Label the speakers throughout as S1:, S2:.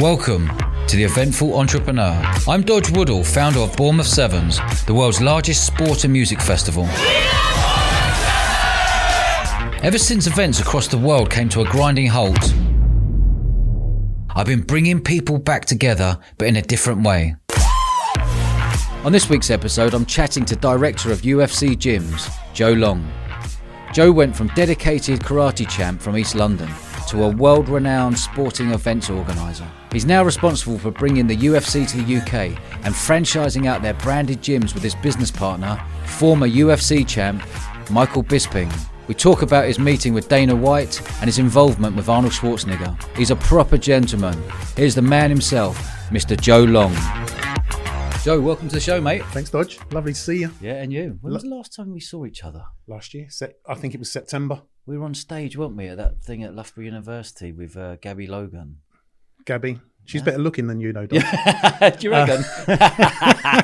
S1: Welcome to the Eventful Entrepreneur. I'm Dodge Woodall, founder of Bournemouth Sevens, the world's largest sport and music festival. Ever since events across the world came to a grinding halt, I've been bringing people back together, but in a different way. On this week's episode, I'm chatting to director of UFC Gyms, Joe Long. Joe went from dedicated karate champ from East London to a world renowned sporting events organiser. He's now responsible for bringing the UFC to the UK and franchising out their branded gyms with his business partner, former UFC champ Michael Bisping. We talk about his meeting with Dana White and his involvement with Arnold Schwarzenegger. He's a proper gentleman. Here's the man himself, Mr. Joe Long. Joe, welcome to the show, mate.
S2: Thanks, Dodge. Lovely to see you.
S1: Yeah, and you. When was
S2: Lo-
S1: the last time we saw each other?
S2: Last year, se- I think it was September.
S1: We were on stage, weren't we, at that thing at Loughborough University with uh, Gabby Logan.
S2: Gabby, she's better looking than you, know. Dodge.
S1: Do you reckon?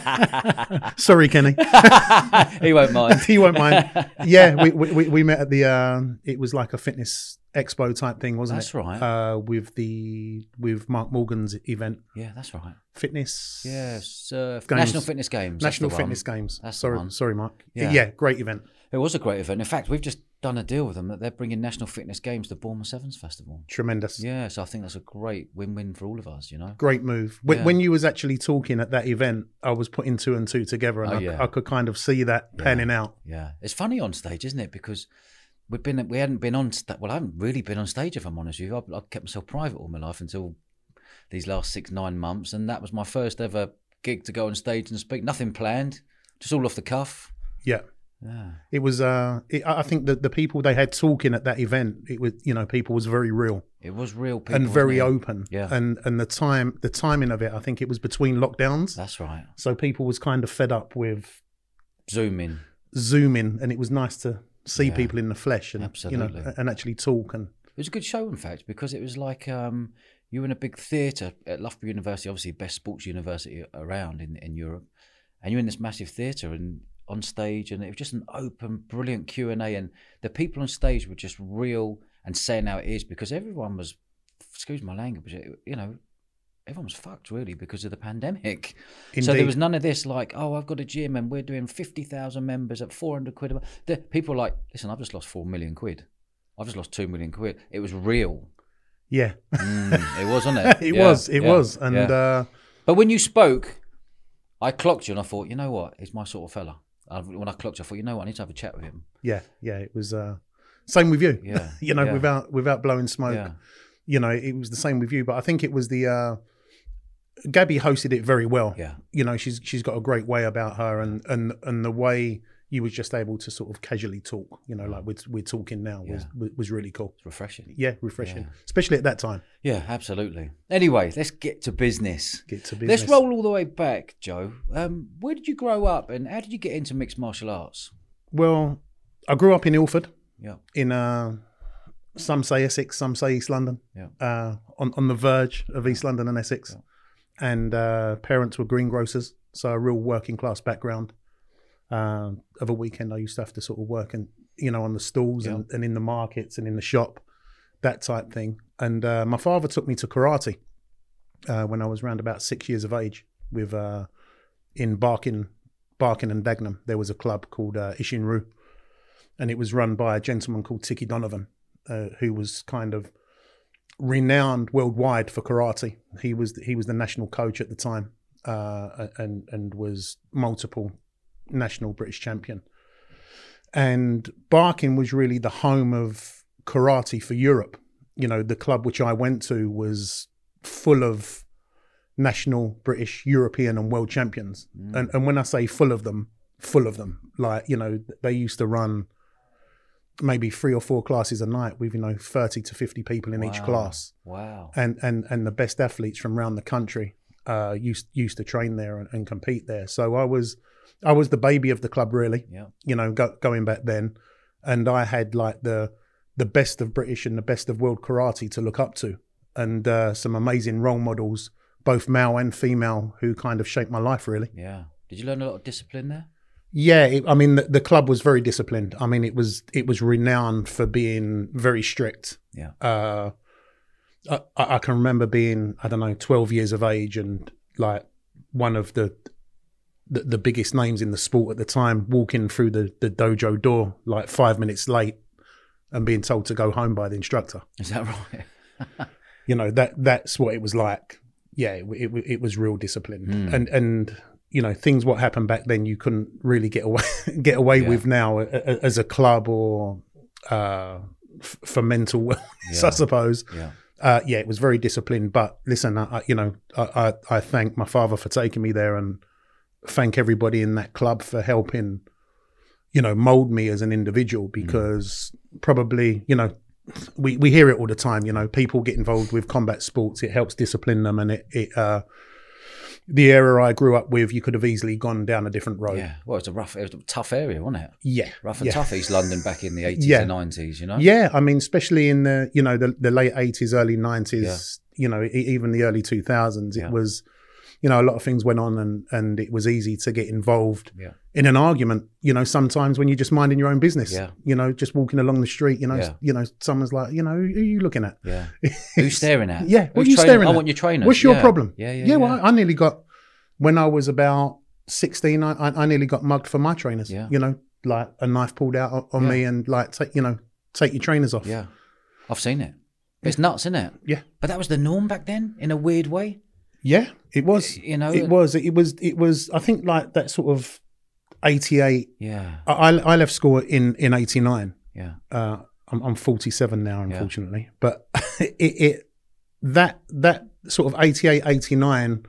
S2: Sorry, Kenny.
S1: he won't mind.
S2: he won't mind. Yeah, we, we, we- we met at the. Um, it was like a fitness expo type thing, wasn't
S1: That's
S2: it?
S1: right.
S2: Uh, with the with Mark Morgan's event,
S1: Yeah, that's right.
S2: fitness.
S1: Yes, uh,
S2: Games.
S1: National Fitness Games. that's
S2: National
S1: the
S2: Fitness
S1: one.
S2: Games.
S1: That's the
S2: sorry,
S1: one.
S2: sorry, Mark.
S1: Yeah.
S2: Yeah. great event.
S1: It was a great event. In fact, we've just done a deal with them that they're bringing National Fitness Games to Bournemouth Sevens Festival.
S2: Tremendous.
S1: Yeah, so I think that's a great win-win for all of us. You know.
S2: Great move. When,
S1: Yeah.
S2: when you was actually talking at that event, I was putting two and two together, and
S1: Oh,
S2: I,
S1: yeah.
S2: I could kind of see that panning out.
S1: Yeah, it's funny on stage, isn't it? Because we've been we hadn't been on sta- well, I haven't really been on stage if I'm honest with you. I've, I've kept myself private all my life until these last six nine months, and that was my first ever gig to go on stage and speak. Nothing planned, just all off the cuff.
S2: Yeah.
S1: Yeah,
S2: it was uh it, i I think that the people they had talking at that event it was you know people was very real
S1: it was real people
S2: and
S1: wasn't
S2: very
S1: it?
S2: open
S1: Yeah.
S2: and and the time the timing of it i think it was between lockdowns
S1: That's right.
S2: so people was kind of fed up with
S1: Zoom in.
S2: zooming and it was nice to see
S1: Yeah.
S2: people in the flesh and you know
S1: Absolutely.
S2: and actually talk and
S1: It was a good show, in fact, because it was like um, you were in a big theatre at Loughborough University, obviously the best sports university around in, in Europe, and you're in this massive theatre and on stage, and it was just an open, brilliant Q and A, and the people on stage were just real and saying how it is because everyone was, excuse my language, you know, everyone was fucked really because of the pandemic. So there
S2: Indeed.
S1: was none of this like, oh, I've got a gym and we're doing 50,000 members at 400 quid. a month. The people are like, listen, I've just lost 4 million quid. I've just lost 2 million quid. It was real.
S2: yeah
S1: Mm, it was, wasn't it?
S2: it
S1: Yeah,
S2: was it
S1: yeah,
S2: was and
S1: yeah.
S2: uh
S1: But when you spoke, I clocked you and I thought, you know what? He's my sort of fella. I, when I clocked you, I thought, you know what? I need to have a chat with him.
S2: yeah yeah it was uh same with you
S1: Yeah,
S2: you know
S1: yeah.
S2: without without blowing smoke
S1: Yeah.
S2: you know it was the same with you but i think it was the uh gabby hosted it very well
S1: Yeah.
S2: you know she's she's got a great way about her and and and the way you was just able to sort of casually talk you know like
S1: Mm.
S2: we're, we're talking now was was really cool
S1: It's refreshing.
S2: yeah refreshing especially at that time
S1: Yeah, absolutely. Anyway, let's get to business.
S2: get to
S1: Let's
S2: business
S1: roll all the way back, Joe. Um, where did you grow up and how did you get into mixed martial arts?
S2: well i grew up in ilford
S1: Yeah.
S2: in uh some say essex some say east london
S1: Yeah.
S2: uh on, on the verge of east london and essex and uh parents were greengrocers so a real working class background um of a weekend I used to have to sort of work and you know on the stalls and, and in the markets and in the shop that type thing and uh, my father took me to karate uh, when I was around about six years of age with uh, in Barkin Barkin and Dagenham there was a club called uh, Ishinru and it was run by a gentleman called Tiki Donovan uh, who was kind of renowned worldwide for karate he was he was the national coach at the time uh, and and was multiple national British champion. And Barking was really the home of karate for Europe. You know, the club which I went to was full of national, British, European, and world champions. And, and when I say full of them, full of them. Like, you know, they used to run maybe three or four classes a night with, you know, 30 to 50 people in each
S1: Wow.
S2: class
S1: Wow.
S2: and and and the best athletes from around the country uh, used used to train there and, and compete there. So I was I was the baby of the club, really.
S1: Yeah.
S2: You know, go, going back then, and I had like the the best of British and the best of world karate to look up to, and uh, some amazing role models, both male and female, who kind of shaped my life really.
S1: Yeah. Did you learn a lot of discipline there?
S2: Yeah, it, I mean the, the club was very disciplined. I mean it was it was renowned for being very strict.
S1: Yeah.
S2: Uh, I, I I can remember being I don't know twelve years of age and like one of the the, the biggest names in the sport at the time walking through the, the dojo door like five minutes late and being told to go home by the instructor.
S1: Is that right?
S2: You know that that's what it was like. Yeah, it it, it was real discipline
S1: Hmm.
S2: and and you know things what happened back then you couldn't really get away get away
S1: Yeah.
S2: with now a- a- as a club or uh, f- for mental wellness, I
S1: Yeah.
S2: suppose
S1: Yeah.
S2: uh, yeah, it was very disciplined. But listen, I, I, you know, I, I, I thank my father for taking me there, and thank everybody in that club for helping, you know, mold me as an individual. Because probably, you know, we we hear it all the time. You know, people get involved with combat sports; it helps discipline them, and it it. Uh, the area I grew up with, you could have easily gone down a different road.
S1: Yeah. Well, it's a rough, it was a tough area, wasn't it?
S2: Yeah,
S1: Rough and
S2: yeah.
S1: tough East London back in the 80s
S2: Yeah.
S1: and 90s, you know?
S2: Yeah, I mean, especially in the you know the, the late eighties, early nineties,
S1: Yeah.
S2: you know, e- even the early two thousands. It
S1: Yeah.
S2: was, you know, a lot of things went on, and and it was easy to get involved
S1: Yeah.
S2: in an argument. You know, sometimes when you're just minding your own business.
S1: Yeah.
S2: You know, just walking along the street. You know,
S1: Yeah.
S2: you know, someone's like, you know, who who are you looking at?
S1: Yeah. Who's staring at?
S2: Yeah,
S1: Who's
S2: what are you
S1: training-
S2: staring
S1: I
S2: at?
S1: want your trainer.
S2: What's your
S1: Yeah.
S2: problem?
S1: Yeah, yeah.
S2: Yeah, well, I, I nearly got when I was about sixteen. I, I I nearly got mugged for my trainers.
S1: Yeah.
S2: You know, like a knife pulled out on- on
S1: Yeah.
S2: me, and like take you know take your trainers off.
S1: Yeah. I've seen it. It's nuts, isn't it?
S2: Yeah.
S1: But that was the norm back then, in a weird way.
S2: Yeah, it was.
S1: You know?
S2: It was. It was. It was. I think like that sort of eighty-eight.
S1: Yeah.
S2: I, I I left school in in eighty-nine.
S1: Yeah.
S2: Uh, I'm I'm forty-seven now, unfortunately. But it, it that that sort of 88, 89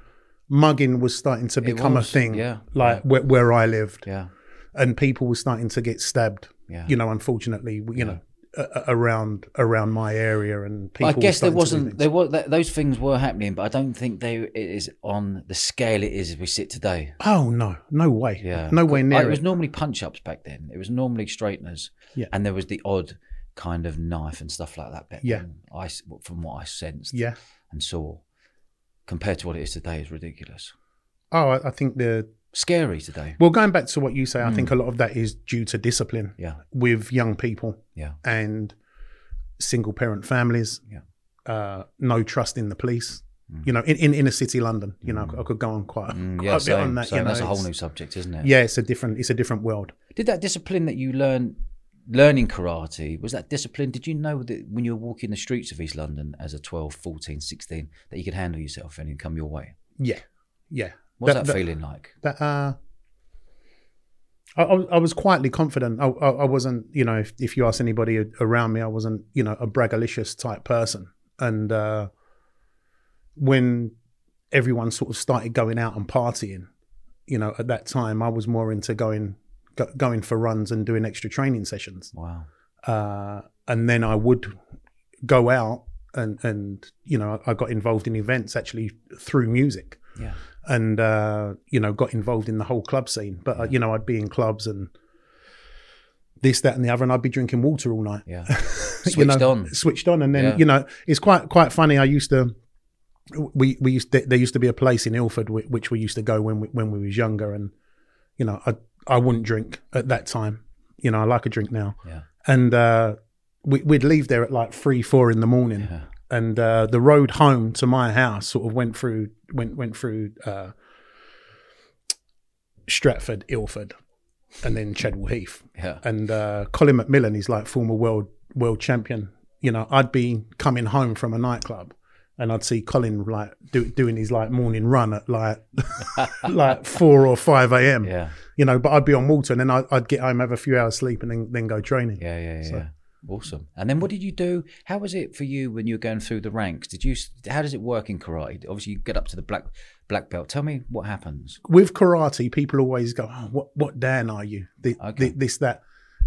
S2: mugging was starting to become
S1: was,
S2: a thing.
S1: yeah.
S2: Like Where, where I lived,
S1: Yeah.
S2: and people were starting to get stabbed.
S1: Yeah.
S2: You know, unfortunately, you know, a- a- around around my area, and people.
S1: I
S2: were
S1: guess there
S2: starting to do
S1: wasn't
S2: things.
S1: there was th- those things were happening, but I don't think they it is on the scale it is as we sit today.
S2: Oh no, no way.
S1: Yeah.
S2: no way
S1: Like,
S2: near
S1: it was
S2: it.
S1: normally punch ups back then. It was normally straighteners.
S2: Yeah.
S1: And there was the odd kind of knife and stuff like that back
S2: Yeah.
S1: then. I s- from what I sensed
S2: Yeah.
S1: and saw, compared to what it is today, is ridiculous.
S2: Oh, I, I think the
S1: Scary today.
S2: well, going back to what you say, I
S1: Hmm.
S2: think a lot of that is due to discipline
S1: Yeah.
S2: with young people
S1: Yeah.
S2: and single parent families.
S1: Yeah. Hmm.
S2: Uh, no trust in the police. You know, in, in inner city London, you know, I could go on quite,
S1: Mm,
S2: quite
S1: yeah.
S2: a bit on
S1: Same,
S2: that.
S1: same.
S2: you know,
S1: that's a whole
S2: it's-
S1: new subject, isn't it?
S2: Yeah, it's a different, it's a different world.
S1: Did that discipline that you learn, learning karate, was that discipline? Did you know that when you were walking the streets of East London as a 12, 14, 16, that you could handle yourself if anything come your way?
S2: Yeah, yeah.
S1: What's
S2: That-
S1: that,
S2: that-
S1: feeling like?
S2: That uh, I, I was- I was quietly confident. I, I, I wasn't, you know, if, if you ask anybody around me, I wasn't, you know, a braggalicious type person. And uh, when everyone sort of started going out and partying, you know, at that time, I was more into going go, going for runs and doing extra training sessions.
S1: Wow.
S2: Uh, and then I would go out and and you know, I got involved in events actually through music
S1: Yeah.
S2: and uh, you know got involved in the whole club scene. But uh, you know I'd be in clubs and this, that, and the other, and I'd be drinking water all night.
S1: Yeah.
S2: You
S1: Switched
S2: know,
S1: on.
S2: switched on, and then
S1: Yeah.
S2: you know it's quite quite funny. I used to we we used there used to be a place in Ilford whi- which we used to go when we, when we was younger, and you know I I wouldn't drink at that time. You know I like a drink now,
S1: Yeah.
S2: and uh, we, we'd leave there at like three, four in the morning
S1: Yeah.
S2: and uh, the road home to my house sort of went through went went through uh, Stratford, Ilford, and then Chadwell Heath.
S1: Yeah.
S2: And uh, Colin McMillan is like former world world champion. You know, I'd be coming home from a nightclub, and I'd see Colin like do, doing his like morning run at like like four or five a.m.
S1: Yeah.
S2: You know, but I'd be on water, and then I'd, I'd get home, have a few hours sleep, and then then go training.
S1: Yeah, yeah, yeah.
S2: So-
S1: yeah. Awesome. And then what did you do? How was it for you when you were going through the ranks? Did you? s- How does it work in karate? Obviously, you get up to the black black belt. Tell me what happens.
S2: with karate, people always go, oh, "What what Dan are you?" Th-
S1: Okay.
S2: th- this that.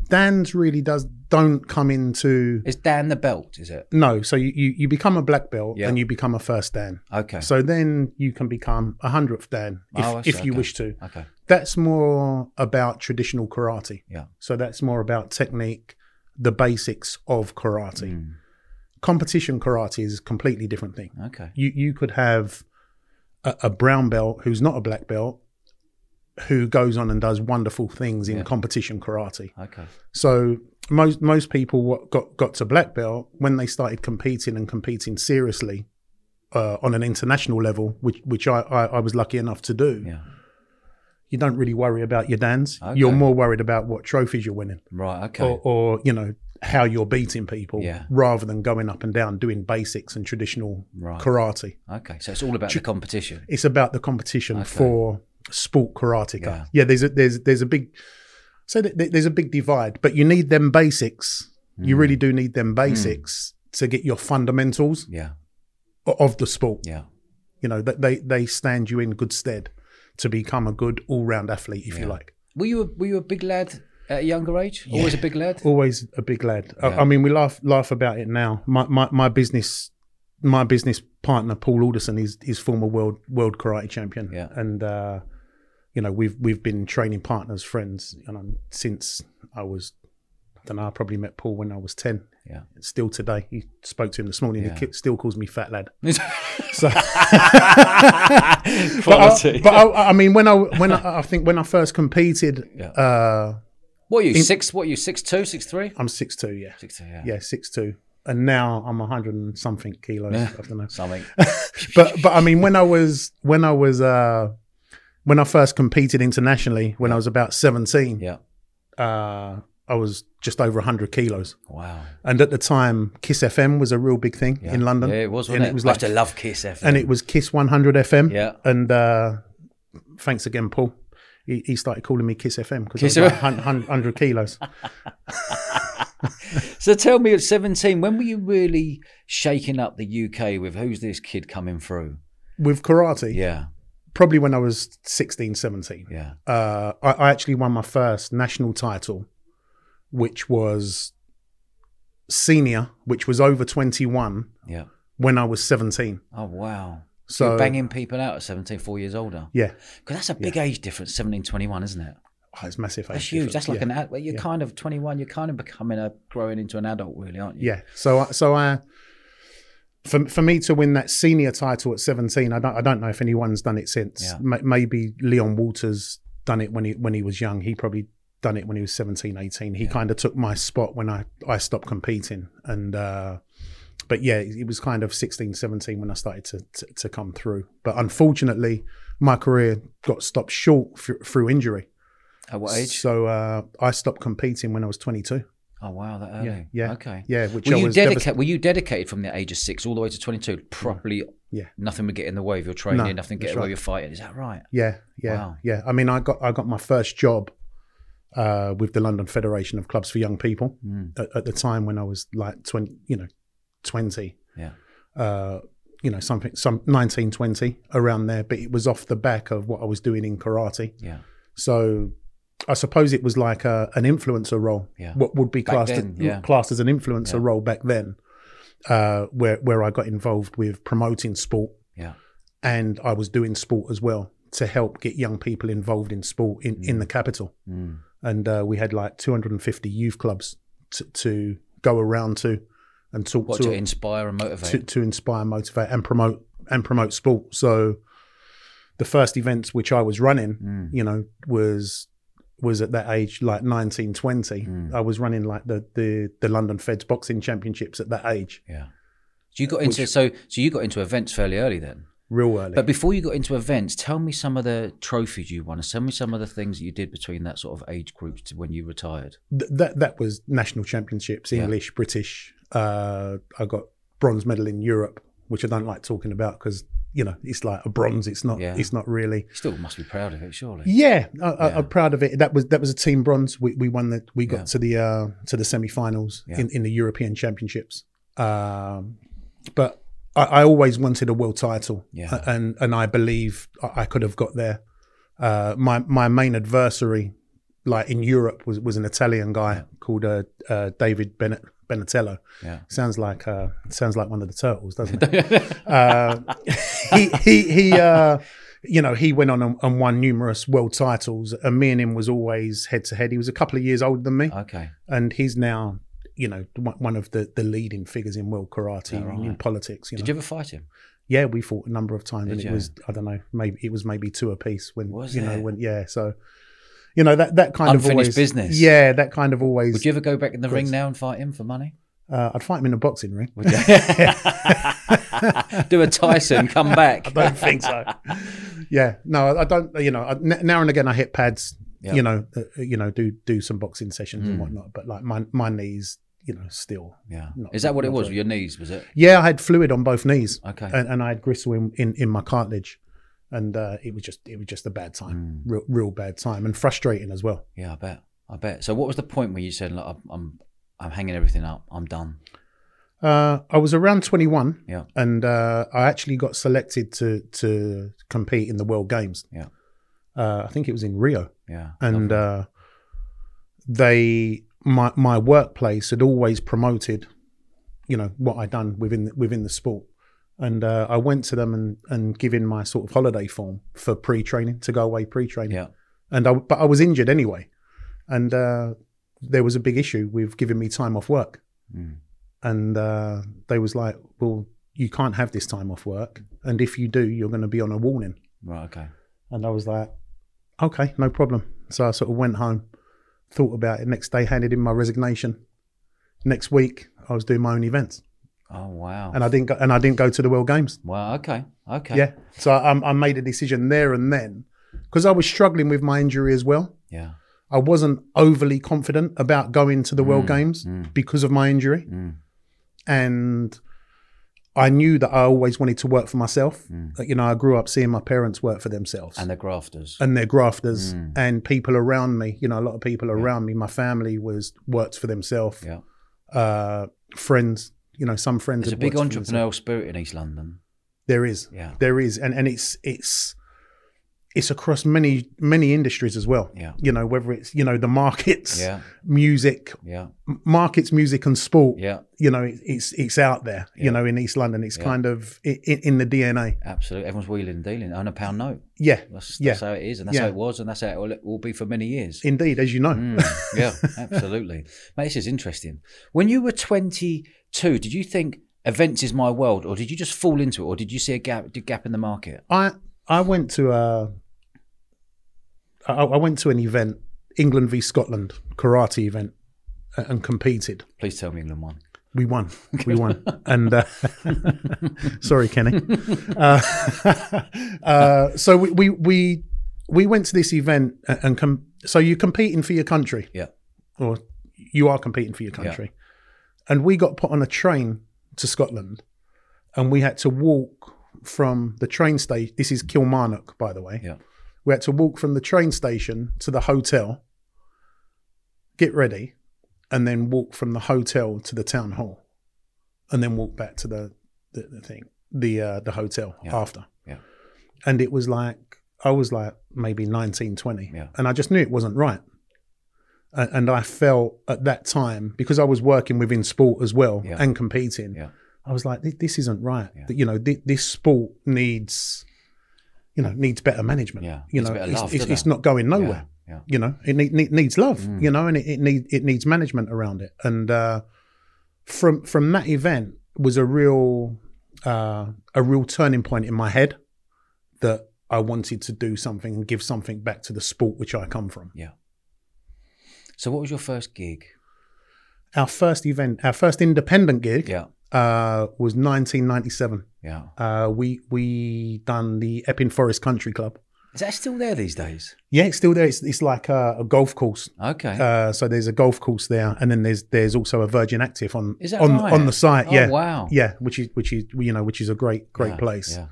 S2: Dan's really does don't come into
S1: Is Dan the belt? Is it?
S2: no. So you you, you become a black belt
S1: Yeah.
S2: and you become a first Dan.
S1: Okay.
S2: So then you can become a hundredth Dan if,
S1: Oh, I see,
S2: if you
S1: okay.
S2: wish to.
S1: okay.
S2: That's more about traditional karate.
S1: Yeah.
S2: So that's more about technique, the basics of karate.
S1: Mm.
S2: Competition karate is a completely different thing
S1: Okay.
S2: you you could have a, a brown belt who's not a black belt who goes on and does wonderful things in
S1: Yeah.
S2: competition karate
S1: Okay.
S2: so most most people what got got to black belt when they started competing and competing seriously uh, on an international level, which which I, I, I was lucky enough to do.
S1: Yeah.
S2: You don't really worry about your dans.
S1: Okay.
S2: You're more worried about what trophies you're winning,
S1: Right. Okay.
S2: or, or you know how you're beating people,
S1: Yeah.
S2: rather than going up and down doing basics and traditional
S1: Right.
S2: karate.
S1: Okay. So it's all about the competition.
S2: It's about the competition
S1: Okay.
S2: for sport karateka.
S1: Yeah.
S2: Yeah. there's a there's there's a big so th- th- there's a big divide, but you need them basics. You really do need them basics to get your fundamentals
S1: Yeah.
S2: o- of the sport.
S1: Yeah.
S2: You know that they they stand you in good stead to become a good all round athlete, if you like.
S1: Were you a, were you a big lad at a younger age? Always a big lad.
S2: Always a big lad.
S1: Yeah.
S2: I, I mean, we laugh laugh about it now. My my, my business. My business partner Paul Alderson is is former world world karate champion,
S1: Yeah.
S2: and uh, you know we've we've been training partners, friends, you know, since I was, I don't know, I probably met Paul when I was ten.
S1: Yeah.
S2: Still today, he spoke to him this morning. He
S1: Yeah.
S2: ki- still calls me fat lad. But, um, I,
S1: Quality.
S2: but I, I mean, when I when I, I think when I first competed,
S1: Yeah.
S2: uh,
S1: what are you six? What are you six two? Six three?
S2: I'm six two, yeah.
S1: Six two. Yeah.
S2: yeah, six two, and now I'm a hundred and something kilos.
S1: Yeah.
S2: I don't know,
S1: Something.
S2: but but I mean, when I was when I was uh, when I first competed internationally, when I was about seventeen,
S1: Yeah.
S2: uh, I was just over hundred kilos,
S1: Wow.
S2: and at the time, Kiss FM was a real big thing
S1: Yeah.
S2: in London.
S1: Yeah, it was. Wasn't
S2: and
S1: it?
S2: it was
S1: I used
S2: like,
S1: to love Kiss FM.
S2: and it was Kiss one hundred FM.
S1: Yeah.
S2: and uh, thanks again, Paul. He, he started calling me Kiss FM because I
S1: Kiss
S2: was like
S1: FM.
S2: hun- hun- hundred kilos.
S1: So tell me, at seventeen, when were you really shaking up the UK with who's this kid coming through?
S2: With karate,
S1: Yeah.
S2: probably when I was 16, 17.
S1: Yeah.
S2: uh, I, I actually won my first national title, which was senior, which was over 21
S1: Yeah.
S2: when I was 17.
S1: Oh wow. So
S2: So,
S1: You're banging people out at 17, four years older.
S2: yeah,
S1: Because that's a big age difference, 17, 21, isn't it?
S2: Oh, it's massive.
S1: That's
S2: age
S1: huge.
S2: difference.
S1: That's like
S2: yeah.
S1: an ad, well, you're kind of 21, you're kind of becoming a growing into an adult, really, aren't you?
S2: Yeah. So, I- so I, for, for me to win that senior title at 17, I don't, I don't know if anyone's done it since.
S1: Yeah.
S2: Ma- maybe Leon Walters done it when he, when he was young. He probably done it when he was 17, 18. He kind of took my spot when I, I stopped competing. And, uh, but yeah, it it was kind of 16, 17 when I started to, to, to come through. But unfortunately, my career got stopped short f- through injury.
S1: At what age?
S2: So uh, I stopped competing when I was 22.
S1: Oh, wow, that early.
S2: Yeah, yeah.
S1: Okay.
S2: Yeah, which
S1: Were
S2: I
S1: you,
S2: was devastated.
S1: dedica- were you dedicated from the age of six all the way to 22? Properly,
S2: Yeah.
S1: nothing would get in the way of your training,
S2: No,
S1: nothing get
S2: that's
S1: in the way of
S2: right.
S1: your fighting. Is that right?
S2: Yeah, yeah,
S1: Wow.
S2: yeah. I mean, I got I got my first job uh, with the London Federation of Clubs for Young People
S1: Mm.
S2: at, at the time when I was like twenty, you know, twenty.
S1: Yeah.
S2: Uh, you know, something some nineteen twenty around there, but it was off the back of what I was doing in karate.
S1: Yeah.
S2: So I suppose it was like a, an influencer role.
S1: Yeah.
S2: What would be
S1: Back
S2: classed
S1: then, yeah.
S2: classed as an influencer role back then, uh, where where I got involved with promoting sport
S1: Yeah.
S2: and I was doing sport as well to help get young people involved in sport in, in the capital.
S1: Mm.
S2: And uh, we had like 250 youth clubs to, to go around to and talk
S1: What,
S2: to,
S1: to inspire and motivate?
S2: to to inspire, motivate, and promote and promote sport. So the first events which I was running,
S1: Mm.
S2: you know, was was at that age like 19, 20.
S1: Mm.
S2: I was running like the the the London Feds boxing championships at that age,
S1: Yeah. So you got into so so you got into events fairly early then.
S2: real early.
S1: But before you got into events, tell me some of the trophies you won, and tell me some of the things that you did between that sort of age group to when you retired.
S2: th- that that was national championships,
S1: Yeah.
S2: English, British. Uh, I got bronze medal in Europe, which I don't like talking about because you know it's like a bronze. It's not.
S1: Yeah.
S2: It's not really.
S1: You still must be proud of it, surely.
S2: Yeah, I, I,
S1: Yeah.
S2: I'm proud of it. That was that was a team bronze. We, we won that. We got
S1: Yeah.
S2: to the uh, to the semi-finals
S1: Yeah.
S2: in, in the European Championships. Um, but I, I always wanted a world title,
S1: Yeah.
S2: A- and and I believe I I could have got there. Uh, my my main adversary, like in Europe, was was an Italian guy called uh, uh, David Bennett. Benatello
S1: Yeah.
S2: sounds like uh, sounds like one of the turtles, doesn't it? uh, he he he. Uh, you know, he went on and, and won numerous world titles, and me and him was always head to head. He was a couple of years older than me,
S1: Okay.
S2: and he's now, you know, one one of the, the leading figures in world karate
S1: Yeah,
S2: and in
S1: right.
S2: politics. You know,
S1: Did you ever fight him?
S2: yeah, we fought a number of times,
S1: Did
S2: and it
S1: you?
S2: was I don't know, maybe it was maybe two apiece when
S1: Was
S2: you know
S1: it?
S2: when yeah. So you know that that kind
S1: Unfinished
S2: of always
S1: business.
S2: Yeah, that kind of always.
S1: Would you ever go back in the ring
S2: Good.
S1: now and fight him for money?
S2: uh, I'd fight him in a boxing ring.
S1: Would you? Do a Tyson, come back.
S2: I don't think so. yeah, no, I I don't. You know, I, n- now and again I hit pads.
S1: Yeah.
S2: You know, uh, you know, do do some boxing sessions and whatnot. But like my my knees, you know, still.
S1: Yeah.
S2: Not-
S1: Is that what it
S2: not
S1: was?
S2: very-
S1: Your knees, was it?
S2: Yeah, I had fluid on both knees,
S1: Okay.
S2: and, and I had gristle in, in in my cartilage, and uh, it was just it was just a bad time, real, real bad time, and frustrating as well.
S1: Yeah, I bet. I bet. So, what was the point where you said, "Look, I'm, I'm, I'm hanging everything up. I'm done."
S2: Uh, I was around 21,
S1: Yeah.
S2: and uh, I actually got selected to to compete in the World Games.
S1: Yeah.
S2: uh, I think it was in Rio,
S1: Yeah.
S2: and uh, they my my workplace had always promoted, you know, what I'd done within within the sport, and uh, I went to them and and given my sort of holiday form for pre training to go away pre training
S1: yeah.
S2: and I, but I was injured anyway, and uh, there was a big issue with giving me time off work,
S1: Mm.
S2: and uh, they was like, "Well, you can't have this time off work, and if you do, you're going to be on a warning."
S1: Right. Okay.
S2: And I was like, "Okay, no problem." So I sort of went home, thought about it. Next day, handed in my resignation. Next week, I was doing my own events,
S1: Oh wow.
S2: and I didn't go, and I didn't go to the World Games.
S1: wow. Okay. Okay.
S2: Yeah, so I, I made a decision there and then because I was struggling with my injury as well.
S1: Yeah.
S2: I wasn't overly confident about going to the World Games because of my injury.
S1: Mm.
S2: And I knew that I always wanted to work for myself. You know, I grew up seeing my parents work for themselves
S1: Mm. And the grafters.
S2: and their grafters
S1: Mm.
S2: and people around me. You know, a lot of people around me. My family was worked for themselves.
S1: yeah.
S2: Uh, friends, you know, some friends.
S1: There's a
S2: had
S1: big
S2: worked for themselves.
S1: entrepreneurial spirit in East London.
S2: There is,
S1: Yeah.
S2: there is, and and it's it's it's across many many industries as well.
S1: Yeah.
S2: You know, whether it's you know the markets,
S1: Yeah.
S2: music,
S1: Yeah.
S2: m- markets, music, and sport.
S1: Yeah.
S2: You know, it, it's it's out there.
S1: Yeah.
S2: You know, in East London, it's
S1: Yeah.
S2: kind of i i- in the DNA.
S1: Absolutely. Everyone's wheeling and dealing on a pound note.
S2: Yeah,
S1: That's,
S2: Yeah.
S1: that's how it is, and that's
S2: Yeah.
S1: how it was, and that's how it will, will be for many years.
S2: indeed, as you know.
S1: Mm, yeah, absolutely. Mate, this is interesting. When you were 22, did you think events is my world, or did you just fall into it, or did you see a gap, did gap in the market?
S2: I I went to a I, I went to an event, England v Scotland karate event, a- and competed.
S1: Please tell me England won.
S2: We won. We won. And uh, sorry, Kenny. Uh, uh, so we, we we we went to this event a- and com- so you're competing for your country.
S1: Yeah.
S2: Or you are competing for your country. And we got put on a train to Scotland, and we had to walk from the train station. This is Kilmarnock, by the way.
S1: Yeah.
S2: We had to walk from the train station to the hotel, get ready, and then walk from the hotel to the town hall, and then walk back to the the, the thing, the uh, the hotel
S1: Yeah.
S2: after.
S1: Yeah.
S2: And it was like I was like maybe nineteen, twenty,
S1: Yeah.
S2: and I just knew it wasn't right. A- And I felt at that time because I was working within sport as well
S1: Yeah.
S2: and competing.
S1: Yeah.
S2: I was like, "Thi- this isn't right.
S1: Yeah.
S2: That You know, thi- this sport needs, you know, needs better management.
S1: Yeah.
S2: You
S1: Needs
S2: know,
S1: better
S2: it's,
S1: love,
S2: it's,
S1: doesn't
S2: it's
S1: it?
S2: not going nowhere
S1: Yeah.
S2: you know it need, need, needs love you know and it, it need it needs management around it and uh from from that event was a real uh a real turning point in my head that I wanted to do something and give something back to the sport which I come from
S1: Yeah. So, what was your first gig?
S2: our first event our first independent gig
S1: Yeah.
S2: uh was 1997
S1: Yeah.
S2: uh we we done the Epping Forest Country Club
S1: Is that still there these days?
S2: yeah it's still there it's, it's like a, a golf course
S1: Okay.
S2: Uh, so there's a golf course there, and then there's there's also a Virgin Active on
S1: Is that
S2: on
S1: right?
S2: on the site.
S1: oh,
S2: yeah,
S1: wow.
S2: yeah, which is which is you know which is a great great
S1: Yeah,
S2: place.
S1: Yeah.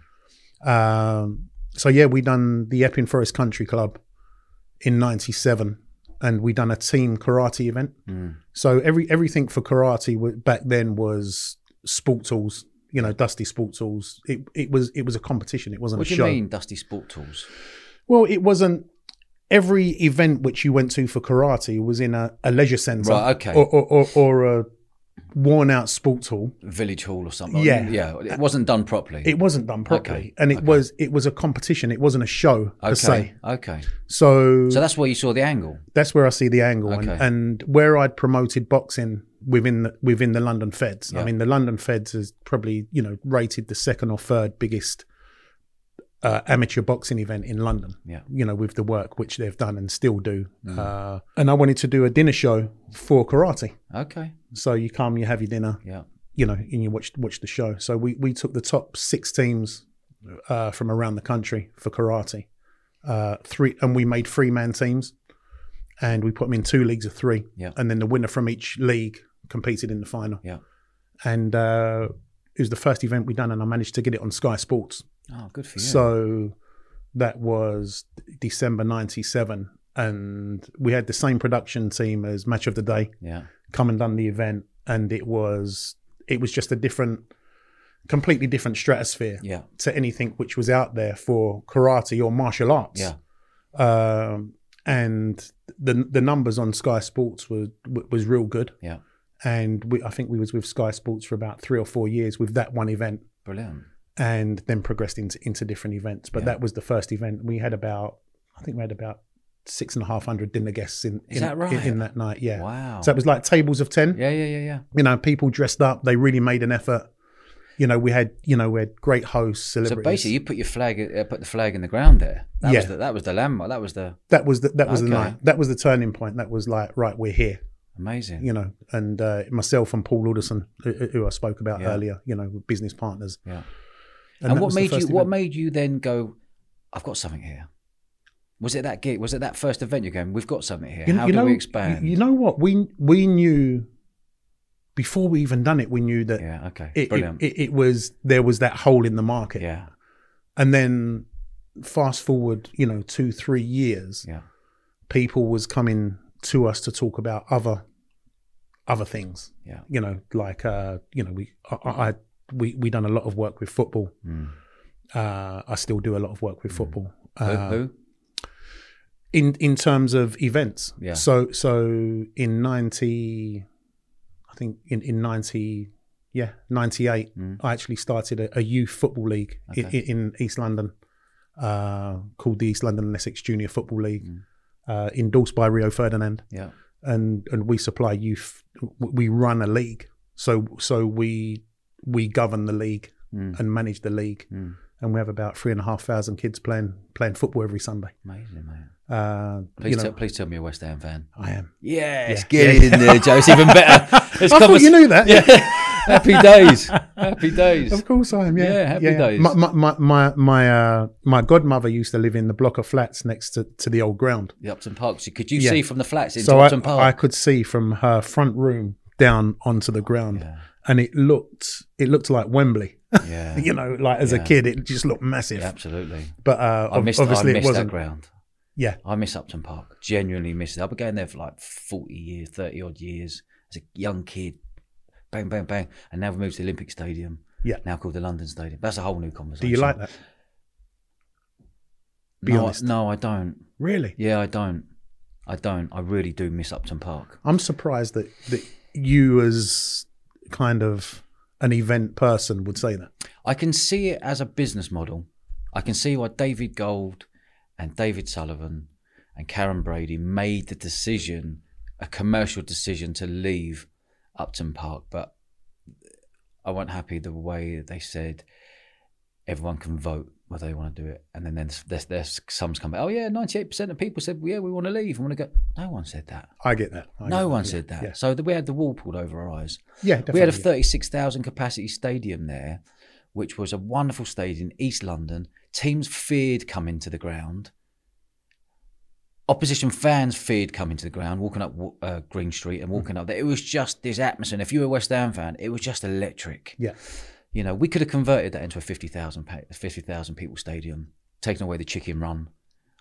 S2: Um, so yeah, we done the Epping Forest Country Club in '97, and we done a team karate event.
S1: Mm.
S2: So every everything for karate wa- back then was sport tools. You know, dusty sport tools. It it was it was a competition. It wasn't
S1: What
S2: a
S1: do you
S2: show.
S1: mean, Dusty Sport Tools?
S2: Well, it wasn't. Every event which you went to for karate was in a, a leisure centre,
S1: Right, okay.
S2: or, or, or, or a worn-out sports hall.
S1: Village Hall or something?
S2: Yeah.
S1: Yeah. It wasn't done properly.
S2: It wasn't done properly,
S1: Okay,
S2: and it
S1: okay.
S2: was it was a competition. It wasn't a show per
S1: okay.
S2: se.
S1: Okay.
S2: So,
S1: So, that's where you saw the angle.
S2: that's where I see the angle,
S1: Okay.
S2: and, and where I'd promoted boxing within the, within the London Feds.
S1: Yeah.
S2: I mean, the London Feds is probably you know rated the second or third biggest uh, amateur boxing event in London.
S1: Yeah. Mm.
S2: You know, with the work which they've done and still do. Uh, and I wanted to do a dinner show for karate.
S1: Okay.
S2: So you come, you have your dinner,
S1: Yeah.
S2: you know, and you watch watch the show. So we we took the top six teams uh, from around the country for karate. Uh, three and we made three man teams, and we put them in two leagues of three.
S1: Yeah.
S2: And then the winner from each league competed in the final.
S1: Yeah.
S2: And uh, it was the first event we done, and I managed to get it on Sky Sports.
S1: Oh, good for you.
S2: So that was December 97. And we had the same production team as Match of the Day
S1: yeah.
S2: come and done the event. And it was, it was just a different, completely different stratosphere
S1: Yeah.
S2: to anything which was out there for karate or martial arts.
S1: Yeah.
S2: Um, and the the numbers on Sky Sports were was real good.
S1: Yeah.
S2: And we, I think we was with Sky Sports for about three or four years with that one event
S1: Brilliant.
S2: and then progressed into into different events. But
S1: Yeah.
S2: that was the first event. We had about, I think we had about six and a half hundred dinner guests in
S1: Is
S2: in,
S1: that right?
S2: in, in that night. Yeah.
S1: Wow.
S2: So it was like tables of ten.
S1: yeah, yeah, yeah, yeah.
S2: You know, people dressed up. They really made an effort. You know, we had you know we had great hosts,
S1: So
S2: celebrities.
S1: basically, you put your flag, uh, put the flag in the ground there. That was
S2: Yeah.
S1: the, that was the landmark. That was the
S2: that was the, that was the
S1: Okay.
S2: night. That was the turning point. That was like right, we're here.
S1: amazing.
S2: You know, and uh, myself and Paul Alderson, who, who I spoke about
S1: Yeah.
S2: earlier. You know, were business partners.
S1: Yeah.
S2: And,
S1: And,
S2: that
S1: what
S2: was the
S1: made you
S2: first
S1: what
S2: event.
S1: made you then go, I've got something here? Was it that gig? Was it that first event you're going, we've got something here? How do we expand?
S2: You, you know what? We we knew before we even done it. We knew that
S1: yeah, okay.
S2: it, it,
S1: Brilliant.
S2: it it was there was that hole in the market,
S1: yeah,
S2: and then fast forward, you know, two three years,
S1: yeah,
S2: people was coming to us to talk about other other things.
S1: yeah.
S2: You know, like uh, you know, we I, I I- we we done a lot of work with football.
S1: Mm.
S2: Uh, I still do a lot of work with football. Uh,
S1: who, who?
S2: in in terms of events.
S1: Yeah.
S2: So so in ninety, I think in in ninety, yeah, ninety eight.
S1: Mm.
S2: I actually started a, a youth football league i
S1: Okay.
S2: in, in East London, uh, called the East London and Essex Junior Football League,
S1: Mm.
S2: uh, endorsed by Rio Ferdinand,
S1: Yeah,
S2: and and we supply youth. We run a league, so so we we govern the league
S1: Mm.
S2: and manage the league,
S1: Mm.
S2: and we have about three and a half thousand kids playing playing football every Sunday.
S1: amazing, man.
S2: Uh,
S1: Please,
S2: you know,
S1: tell, please tell me you're a West Ham fan.
S2: I am.
S1: Yes,
S2: Yeah.
S1: get in there, Joe. It's even better. It's
S2: I thought
S1: convers-
S2: you knew that.
S1: Yeah. happy days. Happy days.
S2: Of course I am. Yeah,
S1: Yeah, happy days.
S2: My my my my my, uh, my godmother used to live in the block of flats next to, to the old ground,
S1: The Upton Park. So could you
S2: Yeah.
S1: see from the flats in
S2: so I,
S1: Upton Park?
S2: I could see from her front room down onto the ground,
S1: Yeah.
S2: and it looked it looked like Wembley.
S1: yeah,
S2: you know, like as
S1: Yeah.
S2: a kid, it just looked massive.
S1: absolutely.
S2: But uh,
S1: I
S2: ob-
S1: missed,
S2: obviously
S1: I missed
S2: it
S1: that
S2: wasn't.
S1: ground.
S2: Yeah.
S1: I miss Upton Park. Genuinely miss it. I've been going there for like 40 years, 30 odd years as a young kid. Bang, bang, bang. And now we've moved to the Olympic Stadium.
S2: Yeah.
S1: Now called the London Stadium. That's a whole new
S2: Do
S1: conversation.
S2: you like that? Be
S1: no, I-
S2: honest.
S1: no, I don't.
S2: Really,
S1: Yeah, I don't. I don't. I really do miss Upton Park.
S2: I'm surprised that that you as kind of an event person would say that.
S1: I can see it as a business model. I can see why David Gold and David Sullivan and Karen Brady made the decision, a commercial decision, to leave Upton Park. But I wasn't happy the way that they said everyone can vote whether they want to do it. And then there's, there's, there's some's come back, oh, yeah, 98% of people said, well, yeah, we want to leave. I want to go. No one said that.
S2: I get that. I get
S1: no
S2: that,
S1: one
S2: yeah.
S1: said that.
S2: Yeah,
S1: So the, we had the wall pulled over our eyes.
S2: yeah definitely.
S1: We had a
S2: yeah.
S1: 36,000 capacity stadium there, which was a wonderful stadium in East London. Teams feared coming to the ground. Opposition fans feared coming to the ground, walking up uh, Green Street and walking up there. It was just this atmosphere. And if you were a West Ham fan, it was just electric.
S2: Yeah.
S1: You know, we could have converted that into a 50,000 pa- 50,000 people stadium, taken away the chicken run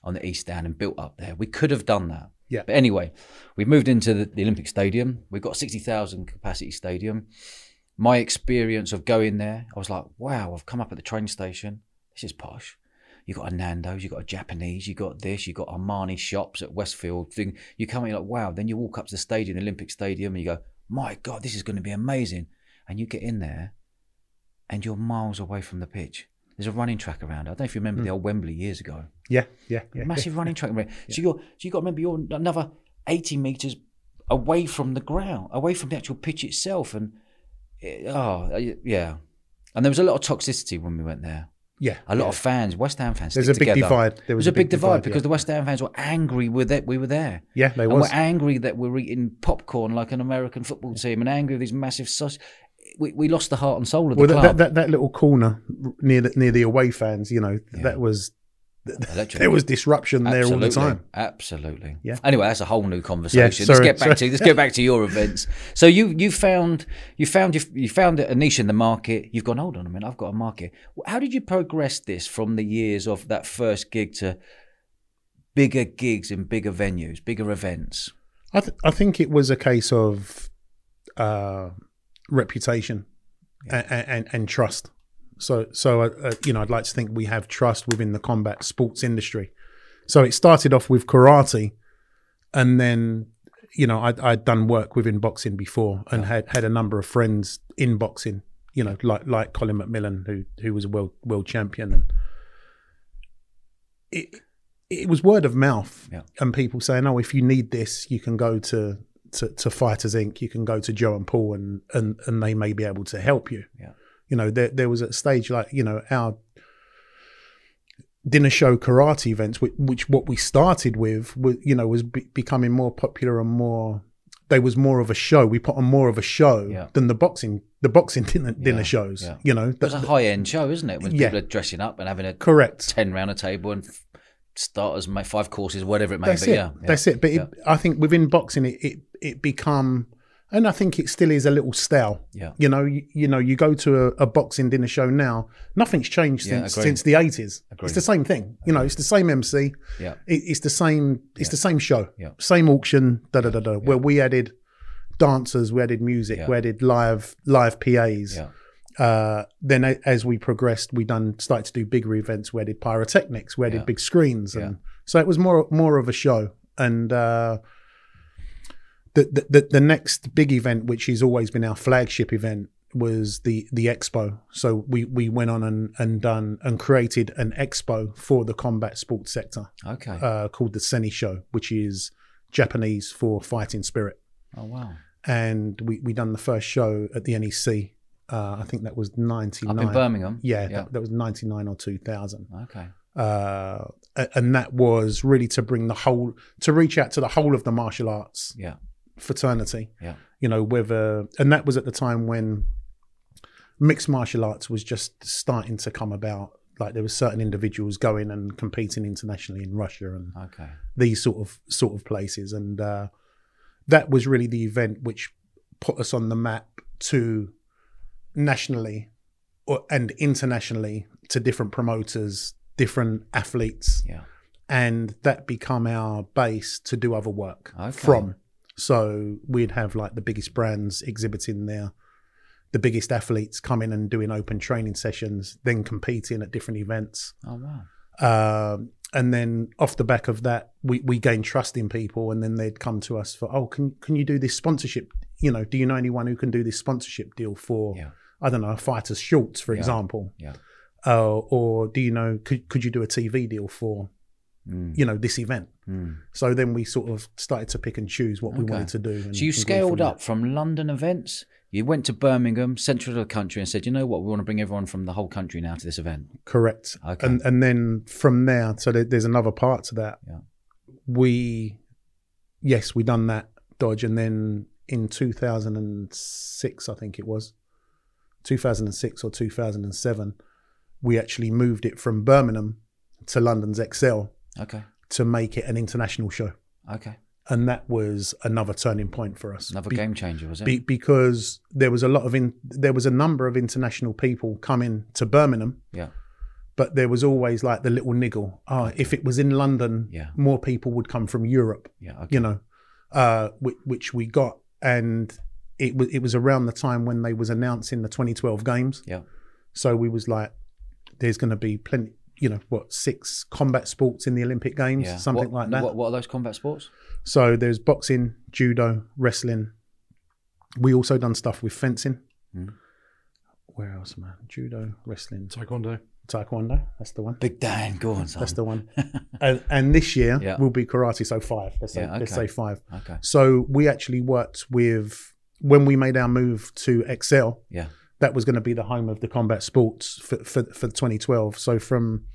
S1: on the East Stand and built up there. We could have done that.
S2: Yeah.
S1: But anyway, we moved into the, the Olympic Stadium. We've got a 60,000 capacity stadium. My experience of going there, I was like, wow, I've come up at the train station. This is posh. You got a Nando's, you got a Japanese, you got this, you got Armani shops at Westfield. Thing you come in, you're like, wow. Then you walk up to the stadium, the Olympic Stadium, and you go, my God, this is going to be amazing. And you get in there, and you're miles away from the pitch. There's a running track around. I don't know if you remember the old Wembley years ago
S2: Yeah, yeah, Hmm. yeah.
S1: massive running track. mate. So you're so you got to remember you're another eighty meters away from the ground, away from the actual pitch itself, and eh, oh eh, yeah. And there was a lot of toxicity when we went there.
S2: Yeah.
S1: A lot of fans, West Ham fans,
S2: There's
S1: stick
S2: a big
S1: together.
S2: divide. There
S1: There was a big divide because the West Ham fans were angry with it. We were there.
S2: yeah, they
S1: and
S2: was.
S1: we're angry that we're eating popcorn like an American football team, and angry with these massive sausage. We, we lost the heart and soul of the
S2: Well, that,
S1: club.
S2: that, that, that little corner near the, near the away fans, you know, that was
S1: Electric.
S2: there was disruption there all the time.
S1: Absolutely.
S2: Yeah.
S1: Anyway, that's a whole new conversation. let's
S2: sorry,
S1: get back
S2: sorry.
S1: to let's get back to your events. So you you found you found you, you found a niche in the market. You've gone hold on a minute. I've got a market. How did you progress this from the years of that first gig to bigger gigs in bigger venues, bigger events?
S2: I, th- I think it was a case of uh, reputation a and, and and trust. So so uh, uh, you know, I'd like to think we have trust within the combat sports industry. So it started off with karate, and then you know I'd, I'd done work within boxing before and had had a number of friends in boxing. You know, like like Colin McMillan, who who was a world world champion, and it it was word of mouth
S1: Yeah.
S2: and people saying, "Oh, if you need this, you can go to." To, to Fighters Inc., you can go to Joe and Paul, and, and, and they may be able to help you.
S1: Yeah.
S2: You know, there there was a stage like you know our dinner show karate events, which, which what we started with, was, you know, was be- becoming more popular and more. They was more of a show. We put on more of a show
S1: Yeah.
S2: than the boxing, the boxing dinner, dinner
S1: Yeah,
S2: shows.
S1: yeah.
S2: You know,
S1: It was a high end show, isn't it? When
S2: Yeah.
S1: people are dressing up and having a
S2: correct.
S1: ten round a table and f- starters, ma- five courses, whatever it may
S2: That's
S1: be.
S2: it.
S1: Yeah, yeah.
S2: That's it. But it, I think within boxing, it, it it become, and I think it still is a little stale.
S1: Yeah.
S2: You know, you, you know, you go to a, a boxing dinner show now. Nothing's changed
S1: Yeah,
S2: since
S1: agree.
S2: since the eighties.
S1: Agree.
S2: It's the same thing. You know, it's the same MC.
S1: yeah.
S2: it, it's the same it's the same show
S1: Yeah.
S2: same auction da da da da where we added dancers we added music
S1: Yeah.
S2: we added live live pas
S1: Yeah.
S2: uh, then a- as we progressed we done started to do bigger events we added pyrotechnics we added
S1: Yeah.
S2: big screens and so it was more more of a show and uh the, the- the the next big event which has always been our flagship event was the the expo so we we went on and and done and created an expo for the combat sports sector
S1: Okay.
S2: uh, called the Seni Show, which is Japanese for fighting spirit.
S1: oh wow.
S2: And we we done the first show at the NEC. Uh, I think that was ninety
S1: Up in
S2: nine.
S1: Birmingham.
S2: Yeah,
S1: Yeah.
S2: That, that was ninety nine or two thousand.
S1: Okay.
S2: Uh, a- and that was really to bring the whole to reach out to the whole of the martial arts
S1: Yeah.
S2: fraternity.
S1: Yeah.
S2: You know, whether and that was at the time when mixed martial arts was just starting to come about. Like there were certain individuals going and competing internationally in Russia and
S1: Okay.
S2: these sort of sort of places and uh, that was really the event which put us on the map to nationally or, and internationally to different promoters different athletes
S1: Yeah.
S2: and that become our base to do other work
S1: Okay.
S2: from so we'd have like the biggest brands exhibiting there the biggest athletes coming and doing open training sessions then competing at different events
S1: Oh wow.
S2: um, and then off the back of that, we, we gained trust in people, and then they'd come to us for, oh, can can you do this sponsorship? You know, do you know anyone who can do this sponsorship deal for,
S1: Yeah.
S2: I don't know, a fighter's shorts, for
S1: Yeah.
S2: example?
S1: Yeah.
S2: Uh, or do you know, could, could you do a TV deal for,
S1: Mm.
S2: you know, this event?
S1: Mm.
S2: So then we sort of started to pick and choose what we
S1: Okay.
S2: wanted to do. And,
S1: So you
S2: and go from
S1: scaled
S2: there.
S1: up from London events. You went to Birmingham, central of the country, and said, "You know what? We want to bring everyone from the whole country now to this event."
S2: Correct.
S1: Okay.
S2: And and then from there, so there, there's another part to that.
S1: Yeah.
S2: We, yes, we done that dodge, and then in 2006, I think it was, 2006 or 2007, we actually moved it from Birmingham to London's XL
S1: Okay.
S2: to make it an international show,
S1: Okay.
S2: and that was another turning point for us.
S1: Another
S2: Be-
S1: game changer, was it?
S2: be- because there was a lot of in, there was a number of international people coming to Birmingham.
S1: Yeah.
S2: But there was always like the little niggle. Oh, if it was in London,
S1: Yeah.
S2: more people would come from Europe.
S1: yeah. Okay.
S2: You know, uh, which, which we got, and it was it was around the time when they was announcing the 2012 games.
S1: Yeah.
S2: So we was like, there's going to be plenty. You know what? Six combat sports in the Olympic Games,
S1: Yeah.
S2: something
S1: What-
S2: like that.
S1: What, what are those combat sports?
S2: So there's boxing, judo, wrestling. We also done stuff with fencing.
S1: Mm.
S2: Where else, man? Judo, wrestling,
S3: Taekwondo.
S2: taekwondo. That's the one.
S1: Big Dan, go on, son.
S2: That's the one. and, and this year
S1: Yeah.
S2: will be karate. So five. Let's say,
S1: Yeah,
S2: let's
S1: okay.
S2: say five.
S1: okay.
S2: So we actually worked with when we made our move to Excel.
S1: Yeah.
S2: that was going to be the home of the combat sports for, for, for 2012. So from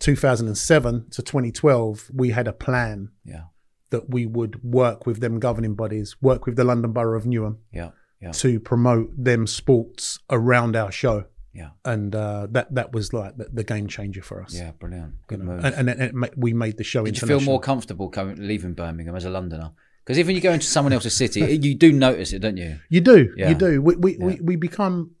S2: 2007 to 2012, we had a plan
S1: Yeah.
S2: that we would work with them governing bodies, work with the London Borough of Newham
S1: Yeah. Yeah.
S2: to promote them sports around our show.
S1: Yeah.
S2: And uh, that that was like the, the game changer for us.
S1: Yeah. Brilliant.
S2: You
S1: Good
S2: know,
S1: move.
S2: and, and, it- it ma- we made the show
S1: Did you feel
S2: international.
S1: more comfortable coming, leaving Birmingham as a Londoner? Because even you go into someone else's city, you do notice it, don't you?
S2: You do,
S1: Yeah.
S2: you do. We we, we we become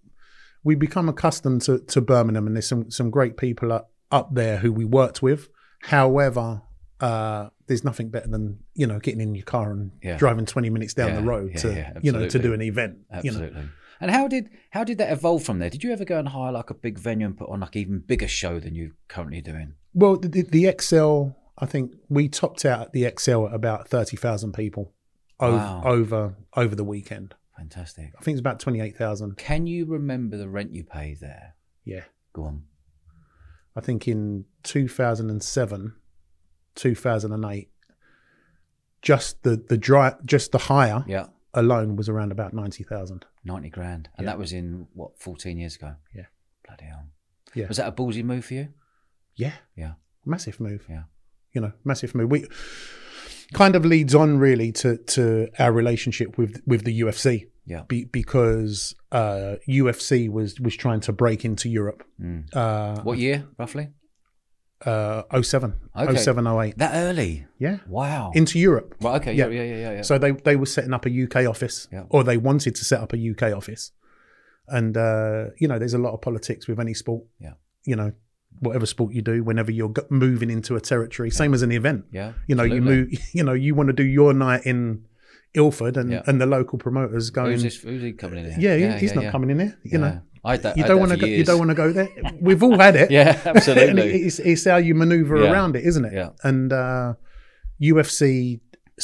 S2: we become accustomed to, to Birmingham, and there's some some great people up, up there who we worked with. However, uh, there's nothing better than you know getting in your car and
S1: Yeah.
S2: driving 20 minutes down
S1: Yeah,
S2: the road
S1: yeah,
S2: to
S1: yeah,
S2: you know to
S1: absolutely.
S2: do an event.
S1: Absolutely.
S2: You know.
S1: And how did how did that evolve from there? Did you ever go and hire like a big venue and put on like even bigger show than you're currently doing?
S2: Well, the, the XL, I think we topped out at the XL at about 30,000 people over,
S1: Wow.
S2: over over the weekend.
S1: Fantastic.
S2: I think it's about 28,000.
S1: Can you remember the rent you paid there?
S2: Yeah.
S1: Go on.
S2: I think in 2007, 2008, just the the dry, just the hire
S1: Yeah.
S2: alone was around about 90,000.
S1: 90 grand. And
S2: Yeah.
S1: that was in what, 14 years ago?
S2: Yeah.
S1: Bloody hell.
S2: Yeah.
S1: Was that a ballsy move for you?
S2: Yeah.
S1: Yeah.
S2: Massive move.
S1: Yeah.
S2: You know, massive move. We kind of leads on really to to our relationship with with the UFC.
S1: Yeah.
S2: Be, because uh, UFC was was trying to break into Europe.
S1: Mm.
S2: Uh,
S1: What year, roughly?
S2: Uh, 07,
S1: Okay.
S2: 07, 08.
S1: That early.
S2: Yeah.
S1: Wow.
S2: Into Europe.
S1: right, okay. Yeah.
S2: yeah.
S1: Yeah. Yeah. Yeah. yeah.
S2: So they they were setting up a UK office,
S1: Yeah.
S2: or they wanted to set up a UK office, and uh, you know, there's a lot of politics with any sport.
S1: Yeah.
S2: you know, whatever sport you do, whenever you're go- moving into a territory, same as an event.
S1: yeah.
S2: You know,
S1: absolutely.
S2: you move. You know, you want to do your night in Ilford, and
S1: Yeah.
S2: and the local promoters going.
S1: Who's, this, who's he coming in here?
S2: yeah, he- he's not
S1: yeah.
S2: coming in here. You know,
S1: Yeah. I had that,
S2: you don't want to. Go, you don't want to go there. We've all had it.
S1: Yeah,
S2: And
S1: absolutely.
S2: it's, it's how you maneuver
S1: Yeah.
S2: around it, isn't it?
S1: Yeah.
S2: And uh, UFC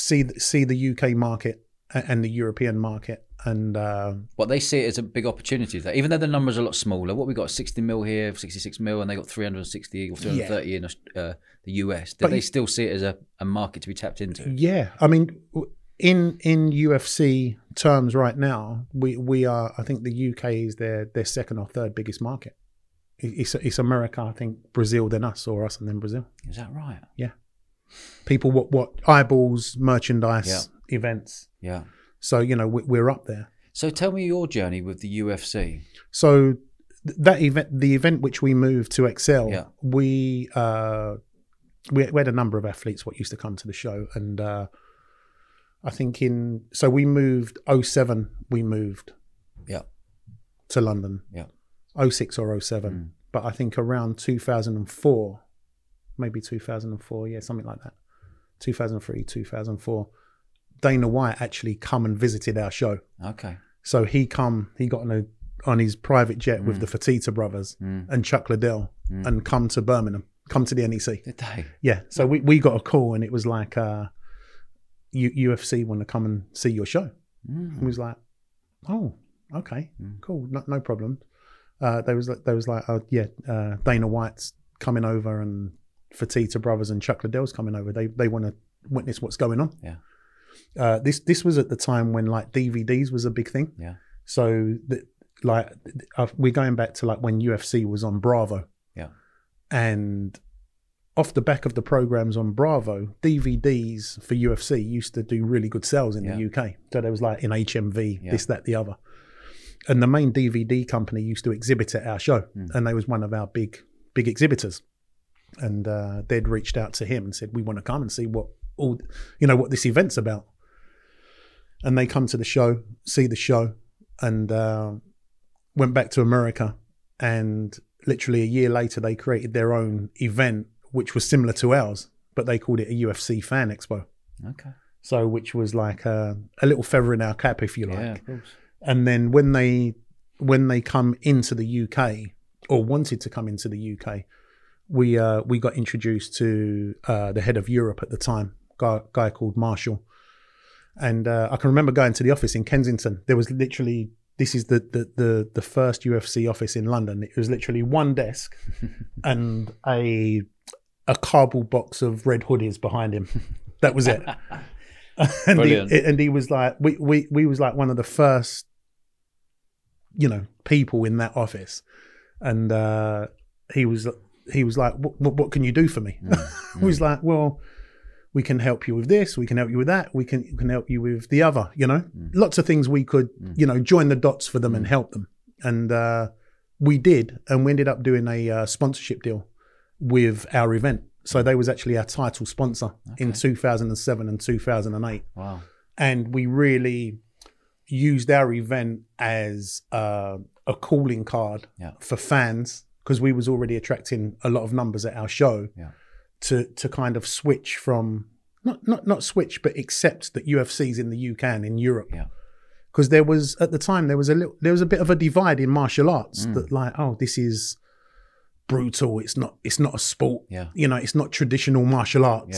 S2: see see the UK market a- and the European market, and uh,
S1: But they see it as a big opportunity. That even though the numbers are a lot smaller, what we got 60 mil here, 66 mil, and they got 360 or 330 in Aus- uh, the US. Did
S2: But
S1: they
S2: you-
S1: still see it as a, a market to be tapped into?
S2: yeah, I mean, w- in in UFC terms, right now, we we are. I think the UK is their their second or third biggest market. It- It's it's America, I think, Brazil, then us, or us and then Brazil.
S1: Is that right?
S2: People what what eyeballs, merchandise, events.
S1: Yeah.
S2: So you know we, we're up there.
S1: So tell me your journey with the UFC.
S2: So th- that event, the event which we moved to Excel,
S1: Yeah.
S2: we, uh, we we had a number of athletes what used to come to the show, and uh, I think in so we moved 07, we moved
S1: Yeah.
S2: to London,
S1: Yeah.
S2: 06 or 07,
S1: Mm.
S2: but I think around two thousand and four, maybe two thousand and four, yeah, something like that, two thousand three, two thousand four. Dana White actually come and visited our show.
S1: Okay.
S2: So he come, he got on a on his private jet with the Fatita brothers
S1: Mm.
S2: and Chuck Liddell,
S1: Mm.
S2: and come to Birmingham, come to the NEC.
S1: Did they?
S2: Yeah. So we, we got a call and it was like, uh, U- UFC want to come and see your show.
S1: Mm.
S2: It was like, oh, okay,
S1: Mm.
S2: cool, no, no problem. Uh, there was like- there was like, oh yeah, uh, Dana White's coming over and Fatita brothers and Chuck Liddell's coming over. They they want to witness what's going on.
S1: Yeah.
S2: Uh, this this was at the time when like DVDs was a big thing.
S1: Yeah.
S2: So the, like uh, we're going back to like when UFC was on Bravo.
S1: Yeah.
S2: And off the back of the programs on Bravo, DVDs for UFC used to do really good sales in the UK. So there was like in HMV,
S1: Yeah.
S2: this, that, the other. And the main DVD company used to exhibit at our show,
S1: Mm.
S2: and they was one of our big, big exhibitors. And uh, they'd reached out to him and said, "We want to come and see what all, you know, what this event's about." And they come to the show, see the show, and uh, went back to America. And literally a year later, they created their own event, which was similar to ours, but they called it a UFC Fan Expo.
S1: Okay.
S2: So, which was like a, a little feather in our cap, if you like.
S1: Yeah, of course.
S2: And then when they when they come into the UK or wanted to come into the UK, we uh, we got introduced to uh, the head of Europe at the time, guy, guy called Marshall. And uh, I can remember going to the office in Kensington. There was literally this is the the the, the first UFC office in London. It was literally one desk and a a cardboard box of red hoodies behind him. That was it. and,
S1: Brilliant.
S2: He, and he was like, we, we we was like one of the first you know, people in that office, and uh, he was he was like, "What what- what can you do for me?" I was like, "Well." We can help you with this. We can help you with that. We can can help you with the other. You know, lots of things we could, you know, join the dots for them and help them. And uh, we did, and we ended up doing a uh, sponsorship deal with our event. So they was actually our title sponsor in 2007 and 2008,
S1: Wow.
S2: and we really used our event as uh, a calling card
S1: Yeah.
S2: for fans because we was already attracting a lot of numbers at our show
S1: Yeah.
S2: to to kind of switch from not not not switch but accept that UFC's in the UK and in Europe.
S1: Yeah.
S2: Because there was at the time there was a little, there was a bit of a divide in martial arts
S1: Mm.
S2: that like oh this is brutal it's not it's not a sport
S1: Yeah.
S2: you know it's not traditional martial arts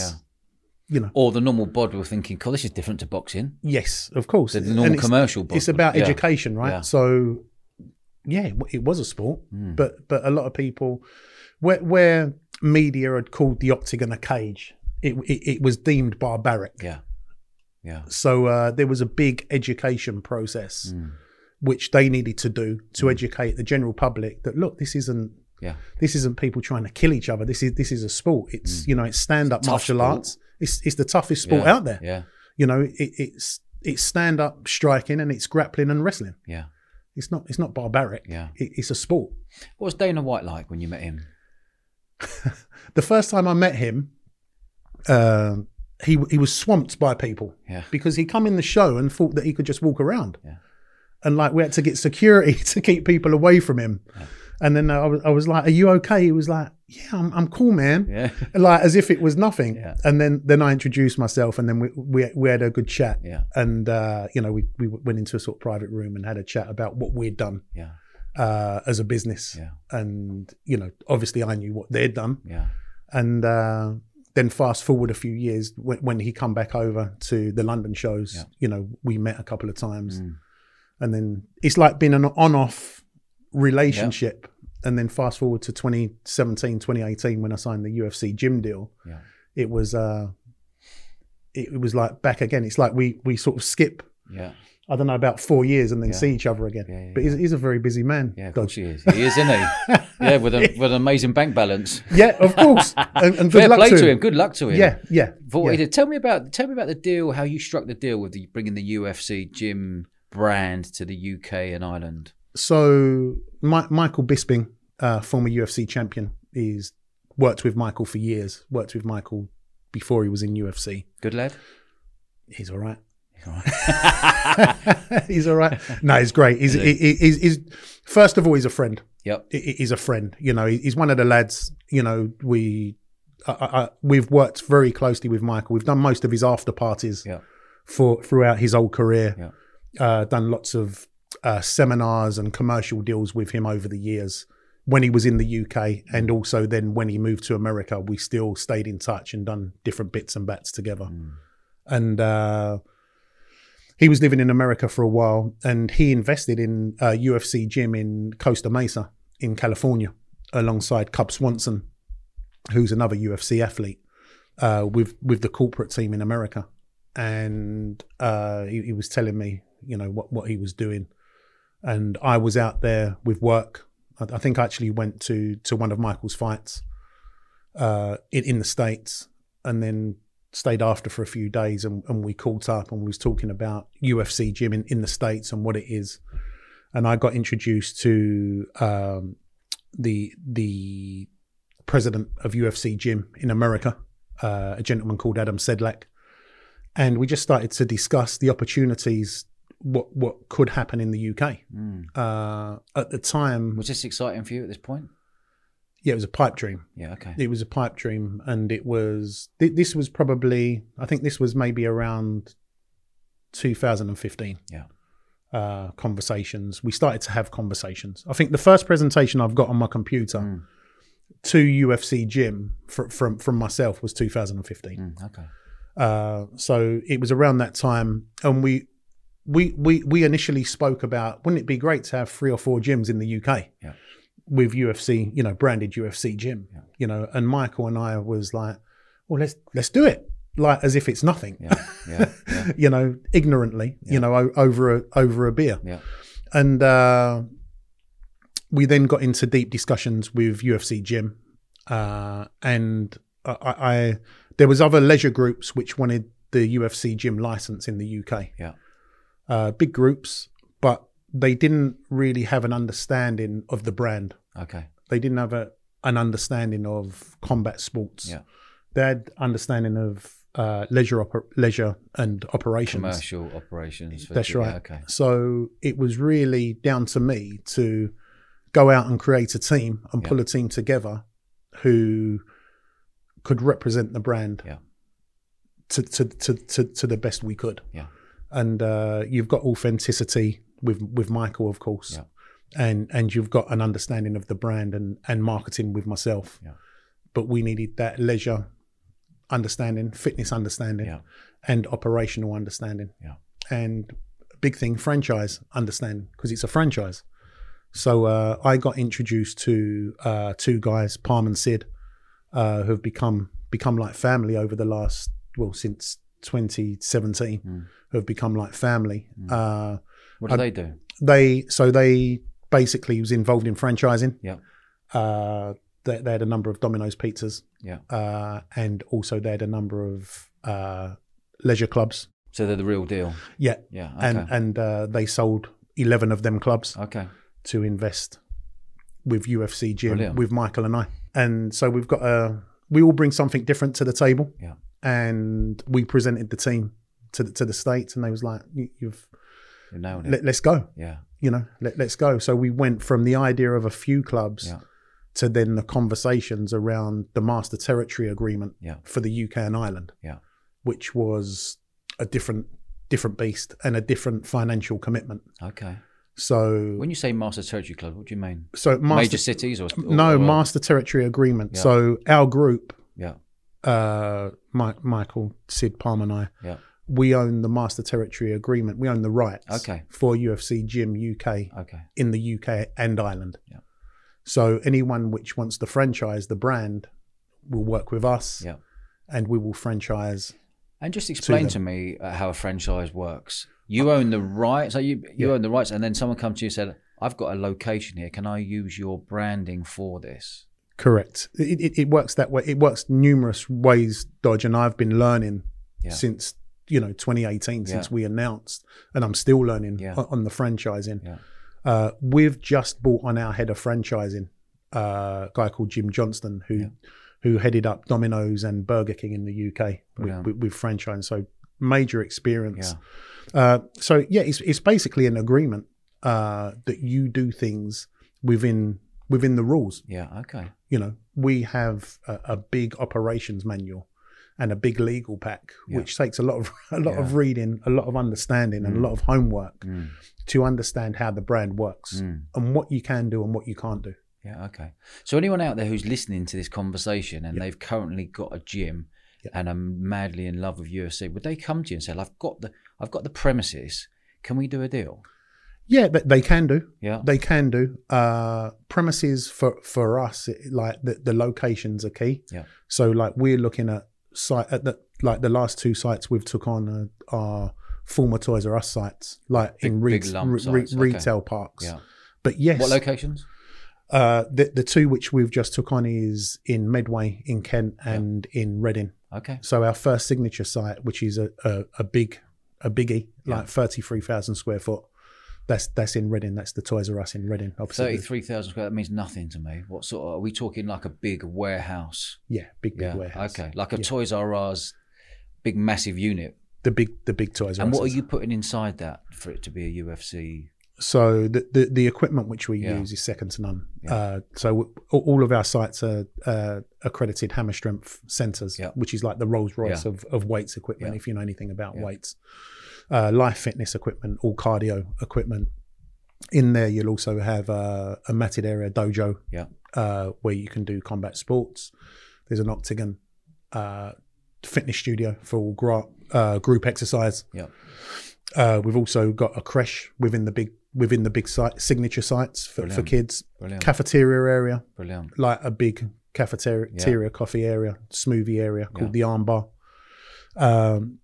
S1: Yeah.
S2: you know
S1: Or the normal bod were thinking, cool, this is different to boxing.
S2: yes of course
S1: The
S2: And
S1: normal
S2: it's-
S1: commercial bod.
S2: it's about
S1: would- yeah.
S2: education, right?
S1: Yeah.
S2: So, yeah, it w- it was a sport,
S1: Mm.
S2: but but a lot of people, where, where media had called the octagon a cage, it it, it was deemed barbaric.
S1: Yeah. Yeah.
S2: So uh, there was a big education process
S1: Mm.
S2: which they needed to do
S1: Hmm.
S2: to educate the general public that look, this isn't
S1: Yeah.
S2: this isn't people trying to kill each other. This is this is a sport. It's you know it's stand up
S1: Hmm. tough
S2: martial
S1: sport.
S2: arts. It's it's the toughest sport
S1: Yeah.
S2: out there.
S1: Yeah.
S2: You know it, it's it's stand up striking and it's grappling and wrestling.
S1: Yeah.
S2: It's not. It's not barbaric.
S1: Yeah.
S2: It, it's a sport.
S1: What was Dana White like when you met him?
S2: The first time I met him, uh, he he was swamped by people
S1: Yeah.
S2: because he come in the show and thought that he could just walk around.
S1: Yeah.
S2: And like we had to get security to keep people away from him. And then I was, I was like, "Are you okay?" He was like, "Yeah, I'm, I'm cool, man."
S1: Yeah.
S2: Like as if it was nothing.
S1: Yeah.
S2: And then then I introduced myself, and then we we, we had a good chat.
S1: Yeah.
S2: And uh, you know we we went into a sort of private room and had a chat about what we'd done
S1: Yeah.
S2: uh, as a business.
S1: Yeah.
S2: And, you know, obviously I knew what they'd done.
S1: Yeah.
S2: And uh, then fast forward a few years when, when he come back over to the London shows,
S1: Yeah.
S2: you know, we met a couple of times.
S1: Mm.
S2: And then it's like being an on off relationship. And then fast forward to 2017, 2018, when I signed the UFC gym deal,
S1: Yeah.
S2: it was, uh, it it was like back again. It's like we, we sort of skip,
S1: Yeah.
S2: I don't know, about four years and then
S1: Yeah.
S2: see each other again.
S1: Yeah, yeah,
S2: but He's, he's a very busy man.
S1: Yeah, of
S2: Dodge.
S1: course he is. He is, isn't he? yeah, with, a, with an amazing bank balance.
S2: Yeah, of course. And, and good
S1: Fair
S2: luck
S1: play
S2: to, him.
S1: Good luck to him.
S2: Yeah, yeah.
S1: For what he
S2: yeah.
S1: did. Tell me about tell me about the deal. How you struck the deal with the, bringing the UFC gym brand to the UK and Ireland.
S2: So Mi- Michael Bisping, uh, former UFC champion, is worked with Michael for years. Worked with Michael before he was in UFC.
S1: Good lad.
S2: He's all right. he's all right. No, he's great. He's, he, he- he's, he's first of all, he's a friend.
S1: Yep.
S2: He- he- He's a friend. You know, he- he's one of the lads. You know, we I, I, I- we've worked very closely with Michael. We've done most of his after parties
S1: Yeah.
S2: for throughout his whole career. Uh, done lots of uh, seminars and commercial deals with him over the years. When he was in the UK, and also then when he moved to America, we still stayed in touch and done different bits and bats together. And uh, he was living in America for a while, and he invested in uh, a UFC gym in Costa Mesa in California, alongside Cub Swanson, who's another UFC athlete uh, with with the corporate team in America. And uh, he, he was telling me, you know, what what he was doing, and I was out there with work. I, I think I actually went to to one of Michael's fights uh, in, in the states, and then stayed after for a few days and, and we caught up and we was talking about UFC gym in, in the States and what it is. And I got introduced to um, the the president of UFC gym in America, uh, a gentleman called Adam Sedlak. And we just started to discuss the opportunities, what what could happen in the UK.
S1: Mm.
S2: Uh, at the time,
S1: Was this exciting for you at this point?
S2: yeah, it was a pipe dream
S1: Yeah. Okay.
S2: it was a pipe dream and it was th- this was probably i think this was maybe around 2015
S1: Yeah.
S2: uh conversations we started to have conversations i think the first presentation i've got on my computer
S1: Mm.
S2: to ufc gym fr- from from myself was 2015
S1: Mm, okay.
S2: uh, so it was around that time, and we we we we initially spoke about wouldn't it be great to have three or four gyms in the UK
S1: Yeah.
S2: with UFC, you know, branded UFC gym,
S1: Yeah.
S2: you know, and Michael and I was like, well, let's let's do it, like as if it's nothing,
S1: Yeah. Yeah. Yeah.
S2: you know, ignorantly, you know, o- over a over a beer.
S1: Yeah.
S2: And uh, we then got into deep discussions with UFC Jim, uh, and I, I, I there was other leisure groups which wanted the UFC Jim license in the UK.
S1: Yeah.
S2: uh, big groups, but they didn't really have an understanding of the brand.
S1: Okay.
S2: They didn't have a, an understanding of combat sports.
S1: Yeah.
S2: They had understanding of uh, leisure, oper- leisure and operations.
S1: Commercial operations. for-
S2: That's
S1: yeah,
S2: right.
S1: Okay.
S2: So it was really down to me to go out and create a team and
S1: Yeah.
S2: pull a team together who could represent the brand
S1: Yeah.
S2: to, to, to, to, to the best we could.
S1: Yeah.
S2: And uh, you've got authenticity with with Michael, of course,
S1: Yeah.
S2: and and you've got an understanding of the brand and and marketing with myself.
S1: Yeah.
S2: But we needed that leisure understanding, fitness understanding,
S1: Yeah.
S2: and operational understanding.
S1: Yeah.
S2: And big thing franchise understand because it's a franchise. So uh, I got introduced to uh, two guys, Palm and Sid, uh, who've become become like family over the last well since 2017,
S1: Mm.
S2: who've become like family.
S1: Mm.
S2: Uh,
S1: What do
S2: I-
S1: they do?
S2: they so they basically was involved in franchising.
S1: Yeah.
S2: Uh, they, they had a number of Domino's pizzas.
S1: Yeah.
S2: Uh, and also they had a number of uh, leisure clubs.
S1: So they're the real deal.
S2: Yeah.
S1: Yeah. Okay.
S2: And and uh, they sold eleven of them clubs
S1: okay.
S2: to invest with UFC Gym
S1: Brilliant.
S2: with Michael and I. And so we've got a we all bring something different to the table.
S1: Yeah.
S2: And we presented the team to the, to the states, and they was like, "You- "You've
S1: You nailed it.
S2: let, let's go."
S1: yeah.
S2: you know, let, let's go. So we went from the idea of a few clubs
S1: Yeah.
S2: to then the conversations around the master territory agreement
S1: Yeah.
S2: for the UK and Ireland,
S1: Yeah.
S2: which was a different different beast and a different financial commitment.
S1: Okay.
S2: So
S1: When you say master territory club, what do you mean?
S2: so
S1: Major
S2: master
S1: cities or, or-
S2: no
S1: or-
S2: master territory agreement.
S1: Yeah.
S2: So our group,
S1: Yeah.
S2: uh, Mi- Michael, Sid Palmer, and I,
S1: Yeah.
S2: we own the master territory agreement. We own the rights
S1: Okay.
S2: for UFC Gym UK
S1: Okay.
S2: in the UK and Ireland.
S1: Yeah.
S2: So anyone which wants to franchise the brand will work with us,
S1: Yeah.
S2: and we will franchise.
S1: And just explain
S2: them.
S1: to me uh, how a franchise works. You own the rights. So you you
S2: Yeah.
S1: own the rights, and then someone comes to you and said, "I've got a location here. Can I use your branding for this?"
S2: Correct. It, it, it works that way. It works numerous ways, Dodge, and I've been learning
S1: Yeah.
S2: since you know 2018 since
S1: Yeah.
S2: we announced, and I'm still learning
S1: Yeah.
S2: o- on the franchising.
S1: Yeah.
S2: Uh, we've just bought on our head of franchising, uh, a guy called Jim Johnston, who
S1: Yeah.
S2: who headed up Domino's and Burger King in the UK
S1: Brilliant.
S2: with, with, with franchise. So major experience.
S1: Yeah.
S2: Uh, so yeah, it's it's basically an agreement uh, that you do things within within the rules.
S1: Yeah. Okay.
S2: You know, we have a, a big operations manual and a big legal pack,
S1: Yeah.
S2: which takes a lot of a lot of
S1: Yeah.
S2: reading, a lot of understanding, and a
S1: Mm.
S2: lot of homework
S1: Mm,
S2: to understand how the brand works
S1: mm.
S2: and what you can do and what you can't do.
S1: Yeah. Okay. So anyone out there who's listening to this conversation and they've currently got a gym
S2: Yeah.
S1: and are madly in love with UFC, would they come to you and say, "I've got the I've got the premises. Can we do a deal?"
S2: Yeah, they, they can do.
S1: Yeah.
S2: They can do. Uh, premises for for us, it- like the, the locations are key.
S1: Yeah.
S2: So like we're looking at site at the like the last two sites we've took on are, are former Toys R Us sites, like in
S1: Big-
S2: re-
S1: big lump
S2: re-
S1: sites, okay.
S2: retail parks.
S1: yeah.
S2: But yes,
S1: What locations?
S2: uh, the the two which we've just took on is in Medway in Kent and in Reading.
S1: Okay.
S2: So our first signature site, which is a a, a big a biggie,
S1: Yeah.
S2: like thirty three thousand square foot. That's that's in Reading. That's the Toys R Us in Reading. Obviously,
S1: Thirty-three thousand square. That means nothing to me. What sort? Of, are we talking like a big warehouse?
S2: yeah, big big warehouse.
S1: Okay, like a
S2: Yeah.
S1: Toys R Us, big massive unit.
S2: The big the big Toys R Us.
S1: And what are you putting inside that for it to be a UFC?
S2: So the the, the equipment which we
S1: Yeah.
S2: use is second to none.
S1: Yeah.
S2: Uh, so w- all- all of our sites are uh, accredited hammer strength centers,
S1: Yeah.
S2: which is like the Rolls Royce
S1: Yeah.
S2: of, of weights equipment.
S1: Yeah.
S2: If you know anything about
S1: Yeah.
S2: weights, uh, life fitness equipment, all cardio equipment. In there, you'll also have uh, a matted area dojo,
S1: Yeah.
S2: uh, where you can do combat sports. There's an octagon, uh, fitness studio for all gra- uh, group exercise.
S1: Yeah.
S2: Uh, we've also got a creche within the big within the big site signature sites for, for
S1: Brilliant.
S2: kids.
S1: Brilliant,
S2: Cafeteria area,
S1: brilliant.
S2: like a big cafeteria,
S1: Yeah.
S2: coffee area, smoothie area called
S1: Yeah.
S2: the Arm Bar. Um,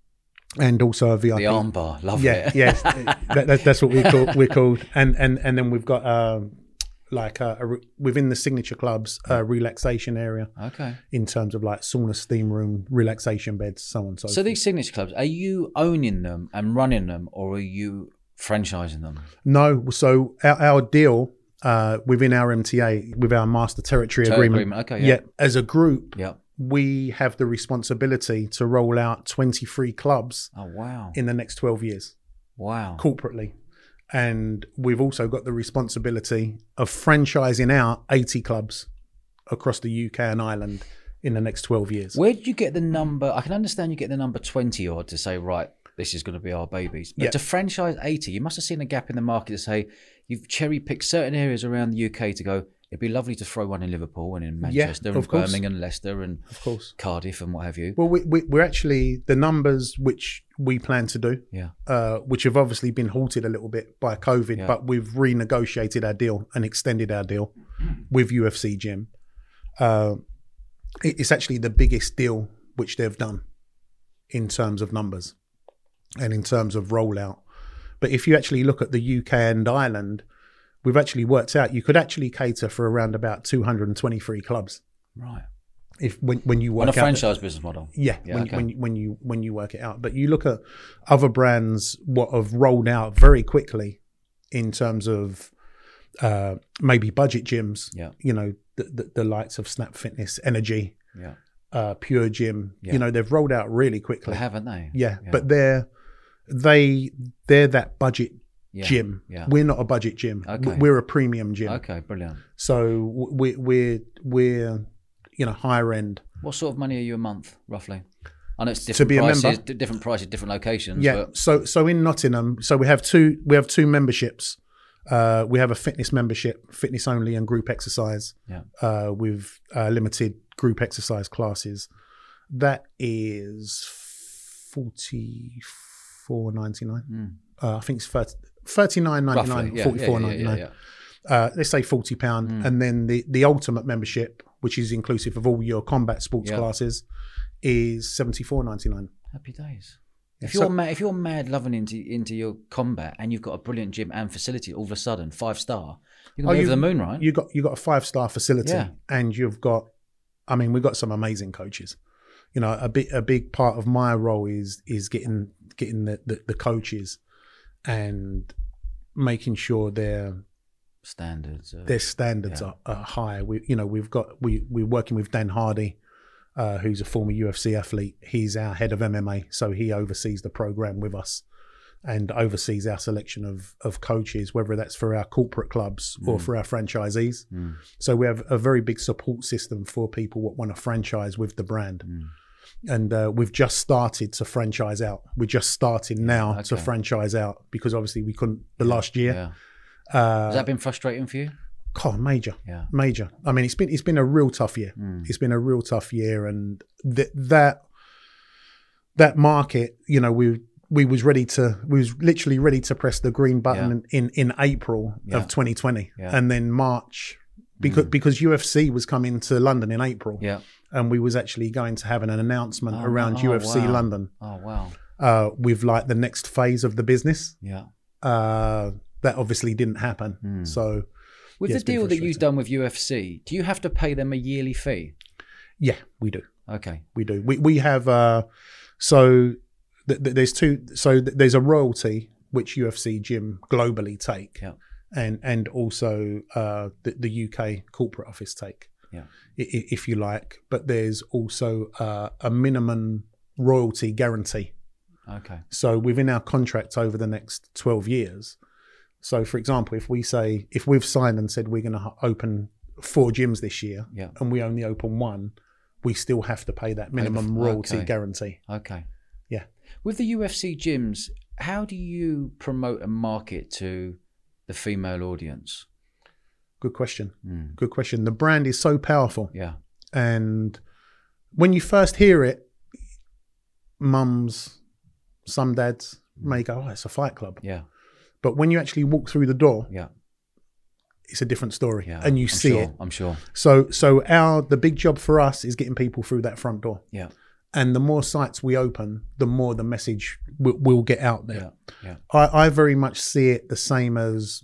S2: and also a VIP.
S1: The armbar, love
S2: yeah,
S1: it.
S2: yes, that, that, that's what we call, we're called, and and and then we've got um, like a, a re- within the signature clubs a relaxation area
S1: Okay.
S2: in terms of like sauna, steam room, relaxation beds, so on and so.
S1: So
S2: forth.
S1: these signature clubs, are you owning them and running them, or are you franchising them?
S2: No, so our, our deal uh, within our MTA with our master territory
S1: Ter-
S2: agreement,
S1: Okay.
S2: yeah.
S1: Yeah.
S2: as a group,
S1: Yeah.
S2: we have the responsibility to roll out 23 clubs
S1: Oh wow.
S2: in the next 12 years
S1: Wow.
S2: corporately. And we've also got the responsibility of franchising out 80 clubs across the UK and Ireland in the next 12 years.
S1: Where did you get the number? I can understand you get the number 20 odd to say, right, this is going to be our babies. But
S2: Yeah.
S1: to franchise 80, you must have seen a gap in the market to say, you've cherry picked certain areas around the UK to go, it'd be lovely to throw one in Liverpool and in Manchester
S2: of
S1: and
S2: course.
S1: Birmingham and Leicester and
S2: Of course.
S1: Cardiff and what have you.
S2: Well, we, we, we're actually the numbers which we plan to do,
S1: Yeah.
S2: uh, which have obviously been halted a little bit by COVID,
S1: Yeah.
S2: but we've renegotiated our deal and extended our deal with UFC Gym. Uh, it- it's actually the biggest deal which they've done in terms of numbers and in terms of rollout. But if you actually look at the UK and Ireland, we've actually worked out you could actually cater for around about 223 clubs
S1: Right.
S2: if when, when you work
S1: On a
S2: out the-
S1: franchise business model.
S2: yeah,
S1: Yeah,
S2: when,
S1: okay.
S2: when when you when you work it out. But you look at other brands what have rolled out very quickly in terms of uh, maybe budget gyms.
S1: Yeah.
S2: You know the, the the likes of Snap Fitness, Energy,
S1: Yeah.
S2: uh, Pure Gym.
S1: Yeah.
S2: You know they've rolled out really
S1: They
S2: quickly.
S1: haven't they?
S2: yeah,
S1: Yeah.
S2: but they're they they're that budget
S1: Yeah.
S2: gym.
S1: Yeah.
S2: We're not a budget gym.
S1: Okay.
S2: We're a premium gym.
S1: Okay, brilliant.
S2: So we we're we're you know higher end.
S1: What sort of money are you a month, roughly? I know it's different
S2: be a
S1: prices,
S2: member?
S1: d- different prices, different locations.
S2: Yeah.
S1: But
S2: So so in Nottingham, so we have two we have two memberships. Uh, we have a fitness membership, fitness only, and group exercise.
S1: Yeah.
S2: Uh, with uh, limited group exercise classes. That is forty four ninety nine.
S1: Mm.
S2: Uh, I think it's 30, 39.99,
S1: roughly. Yeah, yeah,
S2: 44
S1: yeah, yeah, yeah.
S2: Uh, let's say forty pound,
S1: Mm.
S2: and then the the ultimate membership, which is inclusive of all your combat sports
S1: Yeah.
S2: classes, is seventy four ninety nine.
S1: Happy days.
S2: Yeah,
S1: If you're
S2: so-
S1: mad, if you're mad loving into into your combat and you've got a brilliant gym and facility, all of a sudden five star, you can
S2: Oh,
S1: be
S2: you-
S1: over the moon, right?
S2: you got you got a five star facility
S1: Yeah.
S2: and you've got i mean we've got some amazing coaches you know a big a big part of my role is is getting getting the the, the coaches and making sure their
S1: Standards. Uh,
S2: their standards
S1: Yeah.
S2: are, are high we you know we've got we we're working with dan hardy uh, who's a former ufc athlete he's our head of mma so he oversees the program with us and oversees our selection of of coaches whether that's for our corporate clubs or
S1: Mm.
S2: for our franchisees
S1: mm,
S2: so we have a very big support system for people what want to franchise with the brand,
S1: mm.
S2: and uh, we've just started to franchise out. We're just starting now to
S1: Okay.
S2: franchise out because obviously we couldn't the last
S1: Yeah.
S2: year.
S1: Has
S2: Uh,
S1: that been frustrating for you?
S2: God, major,
S1: Yeah.
S2: major. I mean, it's been it's been a real tough year.
S1: Mm.
S2: It's been a real tough year, and th- that that market, you know, we we was ready to we was literally ready to press the green button in in April
S1: Yeah.
S2: of 2020,
S1: Yeah.
S2: and then March because
S1: Mm.
S2: because UFC was coming to London in April,
S1: Yeah.
S2: and we was actually going to have an announcement
S1: Oh,
S2: around
S1: no. Oh,
S2: UFC
S1: wow.
S2: London
S1: Oh wow.
S2: uh, with like the next phase of the business.
S1: Yeah.
S2: Uh, that obviously didn't happen.
S1: Mm.
S2: So
S1: With
S2: Yeah,
S1: the
S2: it's been
S1: deal that you've
S2: frustrating.
S1: done with UFC, do you have to pay them a yearly fee?
S2: yeah, we do,
S1: Okay.
S2: we do. We we have uh, so th- th- there's two. So th- there's a royalty which UFC gym globally take,
S1: Yeah.
S2: and and also uh, the, the UK corporate office take,
S1: Yeah.
S2: i- i- if you like. But there's also uh, a minimum royalty guarantee.
S1: Okay.
S2: So within our contract over the next 12 years. So for example, if we say, if we've signed and said we're going to open four gyms this year
S1: Yeah.
S2: and we only open one, we still have to pay that minimum
S1: f-
S2: royalty
S1: okay.
S2: guarantee.
S1: Okay.
S2: Yeah.
S1: With the UFC gyms, how do you promote and market to the female audience?
S2: Good question.
S1: Mm.
S2: Good question. The brand is so powerful.
S1: Yeah.
S2: And when you first hear it, mums, some dads may go, oh, it's a fight club.
S1: Yeah.
S2: But when you actually walk through the door,
S1: Yeah.
S2: it's a different story
S1: Yeah.
S2: and you
S1: I'm
S2: see
S1: sure,
S2: it.
S1: I'm sure.
S2: So so our the big job for us is getting people through that front door.
S1: Yeah.
S2: And the more sites we open, the more the message w- will get out there.
S1: Yeah,
S2: I, I very much see it the same as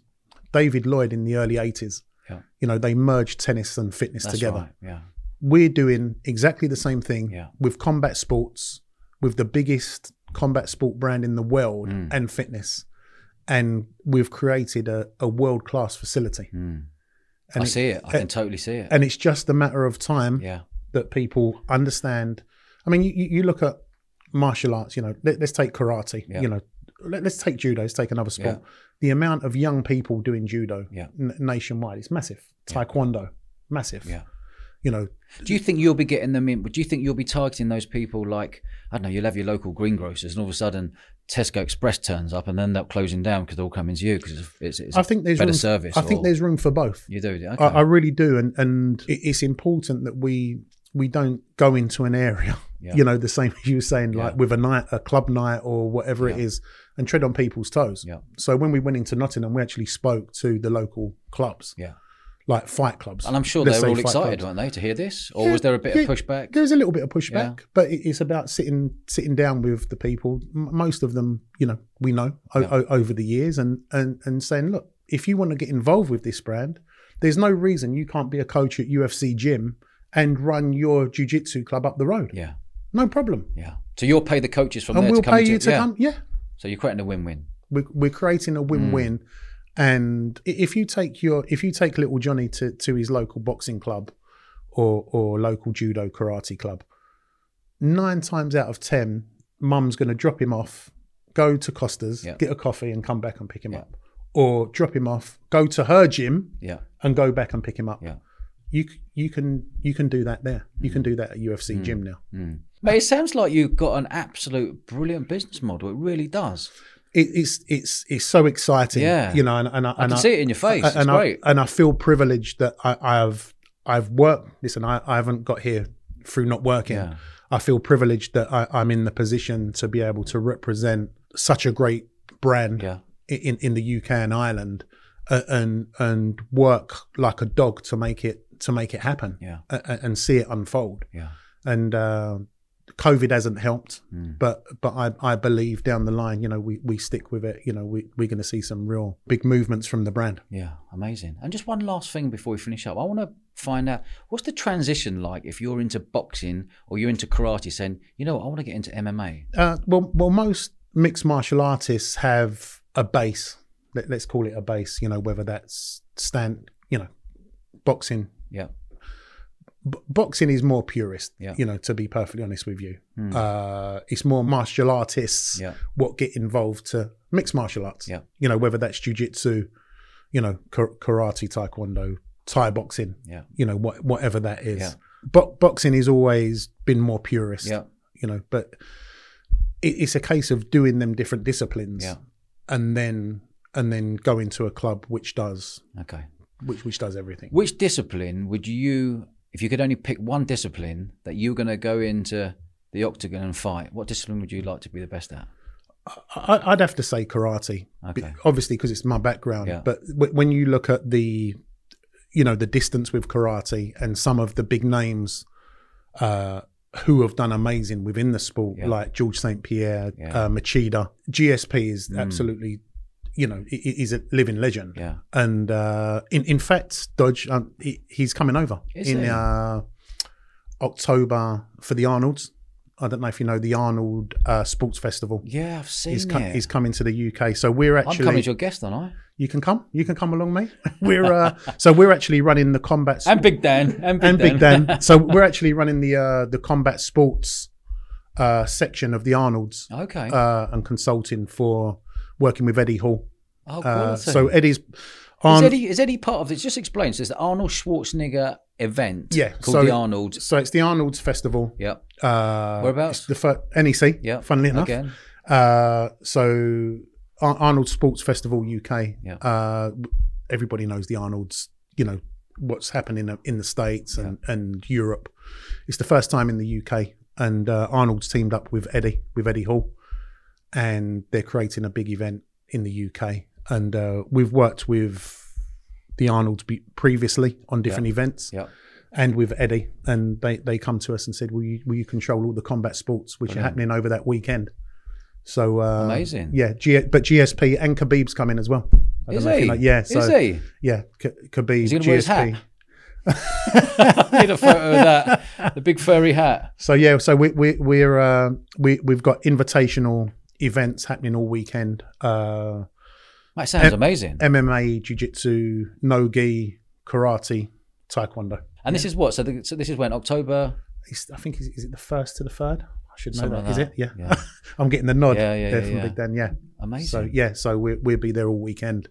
S2: David Lloyd in the early 80s.
S1: Yeah.
S2: You know, they merged tennis and fitness
S1: That's
S2: together.
S1: right. Yeah,
S2: We're doing exactly the same thing
S1: Yeah.
S2: with combat sports, with the biggest combat sport brand in the world
S1: Mm.
S2: and fitness. And we've created a, a world class facility. Hmm. And
S1: I
S2: it-
S1: see it. I can totally see it.
S2: And it's just a matter of time
S1: yeah,
S2: that people understand. I mean, you, you you look at martial arts, you know, let, us take karate,
S1: Yeah.
S2: you know, let, us take judo, let's take another sport.
S1: Yeah.
S2: The amount of young people doing judo
S1: Yeah.
S2: n- nationwide is massive. Taekwondo, massive.
S1: yeah.
S2: You know,
S1: Do you think you'll be getting them in? Do you think you'll be targeting those people like I don't know? You'll have your local greengrocers, and all of a sudden Tesco Express turns up, and then they're closing down because they're all coming to you because it's, it's
S2: I think there's
S1: better
S2: room,
S1: service.
S2: I think
S1: or-
S2: there's room for both.
S1: you do. do you? Okay.
S2: I, I really do, and and it- it's important that we we don't go into an area,
S1: Yeah.
S2: you know, the same as you were saying, like
S1: Yeah.
S2: with a night, a club night, or whatever it
S1: Yeah.
S2: is, and tread on people's toes.
S1: Yeah.
S2: So when we went into Nottingham, we actually spoke to the local clubs,
S1: yeah,
S2: like fight clubs,
S1: and I'm sure
S2: Let's
S1: they're
S2: say
S1: all
S2: fight
S1: excited,
S2: clubs.
S1: weren't they, to hear this? Or
S2: Yeah,
S1: was there a bit
S2: yeah.
S1: of pushback?
S2: There's a little bit of pushback, but it- it's about sitting sitting down with the people. M- Most of them, you know, we know o-
S1: Yeah.
S2: o- over the years, and and and saying, look, if you want to get involved with this brand, there's no reason you can't be a coach at UFC gym and run your jiu-jitsu club up the road.
S1: Yeah,
S2: No problem,
S1: yeah. So you'll pay the coaches from
S2: and
S1: there
S2: we'll
S1: to come
S2: pay
S1: to
S2: you to
S1: yeah.
S2: come. Yeah,
S1: So you're creating a win-win.
S2: we're, we're creating a win-win.
S1: Mm.
S2: And i- if you take your if you take little Johnny to, to his local boxing club or or local judo karate club, nine times out of ten, mum's going to drop him off, go to Costa's,
S1: Yeah.
S2: get a coffee, and come back and pick him
S1: Yeah.
S2: up, or drop him off, go to her gym
S1: Yeah,
S2: and go back and pick him up.
S1: Yeah. Mm.
S2: You c- you can you can do that there. You can do that at UFC gym now.
S1: mate. Hmm. It sounds like you've got an absolute brilliant business model. It really does.
S2: It, it's it's it's so exciting.
S1: Yeah.
S2: you know, and and I, and
S1: I can see it in your face.
S2: and
S1: it's
S2: I,
S1: great.
S2: and I feel privileged that I, I've I've worked. Listen, I, I haven't got here through not working.
S1: Yeah.
S2: I feel privileged that I, I'm in the position to be able to represent such a great brand
S1: yeah,
S2: in in the UK and Ireland, uh, and and work like a dog to make it to make it happen
S1: yeah,
S2: a- a- and see it unfold.
S1: yeah.
S2: And uh, COVID hasn't helped,
S1: Hmm.
S2: but but I, I believe down the line, you know, we, we stick with it. You know, we we're going to see some real big movements from the brand.
S1: Yeah, amazing. And just one last thing before we finish up. I want to find out what's the transition like if you're into boxing or you're into karate saying, you know what, I want to get into MMA.
S2: Uh, well, well, most mixed martial artists have a base. Let, let's call it a base. You know, whether that's stand, you know, boxing.
S1: Yeah.
S2: B- boxing is more purist.
S1: Yeah. Hmm.
S2: You know, to be perfectly honest with you, uh, it's more martial artists
S1: Yeah.
S2: what get involved to mixed martial arts.
S1: Yeah.
S2: You know, whether that's jujitsu, you know, kar- karate, taekwondo, Thai boxing.
S1: Yeah.
S2: You know, what, whatever that is.
S1: Yeah.
S2: Bo- boxing has always been more purist
S1: Yeah.
S2: you know but it, it's a case of doing them different disciplines
S1: Yeah.
S2: and then and then going to a club which does
S1: Okay.
S2: which which does everything
S1: Which discipline would you, if you could only pick one discipline that you're going to go into the octagon and fight, what discipline would you like to be the best at?
S2: I, i'd have to say karate be-
S1: Okay.
S2: obviously because it's my background
S1: Yeah.
S2: but w- when you look at the you know the distance with karate and some of the big names uh who have done amazing within the sport,
S1: Yeah.
S2: like George St. Pierre,
S1: Yeah. Mm.
S2: uh, Machida. GSP is absolutely, you know, he, he's a living legend.
S1: Yeah.
S2: and uh, in in fact, Dodge um, he, he's coming over
S1: Is
S2: in
S1: he?
S2: Uh, October for the Arnold's. I don't know if you know the Arnold uh, Sports Festival.
S1: Yeah, I've seen
S2: He's, co-
S1: it.
S2: he's coming to the UK, so we're
S1: I'm
S2: actually
S1: coming as your guest, aren't I?
S2: you can come, you can come along, mate. We're uh, so we're actually running the combat
S1: And Big Dan. And Big
S2: and
S1: Dan.
S2: Big Dan. so we're actually running the uh, the combat sports uh, section of the Arnold's
S1: okay.
S2: uh, and consulting for working with Eddie Hall.
S1: oh,
S2: Uh,
S1: quality.
S2: so Eddie's
S1: Is
S2: on
S1: Eddie, is Eddie part of this? Just explain. So it's the Arnold Schwarzenegger event
S2: Yeah,
S1: called
S2: so-
S1: the Arnold.
S2: so it's the Arnold's Festival.
S1: Yep.
S2: Uh,
S1: Whereabouts?
S2: it's The fir- NEC.
S1: Yeah.
S2: Funnily enough.
S1: Again.
S2: Uh, so Ar- Arnold Sports Festival UK.
S1: Yeah.
S2: Uh, w- everybody knows the Arnold's. You know what's happening in the states and, and Europe. It's the first time in the UK, and uh, Arnold's teamed up with Eddie with Eddie Hall, and they're creating a big event in the UK. And uh, we've worked with the Arnold's be- previously on different events
S1: Yep.
S2: and with Eddie, and they, they come to us and said, will you, will you control all the combat sports which are happening over that weekend? So uh,
S1: Amazing.
S2: yeah. G- but GSP and Khabib's come in as well. I don't
S1: Is
S2: know if you
S1: he?
S2: know- yeah, so
S1: Is he?
S2: yeah, K- Khabib,
S1: Is he gonna
S2: GSP.
S1: wear his hat? Need a photo of that. The big furry hat.
S2: So yeah, so we we we're uh, we we've got invitational events happening all weekend. Uh,
S1: That sounds amazing.
S2: MMA, Jiu Jitsu, No Gi, Karate, Taekwondo.
S1: And this is what? So, the, so this is when October.
S2: It's, I think is, is it the first to the third? I should know
S1: Something
S2: that.
S1: like
S2: Is
S1: that.
S2: it? Yeah.
S1: Yeah.
S2: I'm getting the nod
S1: Yeah, yeah,
S2: there
S1: yeah,
S2: from
S1: yeah.
S2: Big Dan. Yeah.
S1: Amazing.
S2: So yeah, so we we'll be there all weekend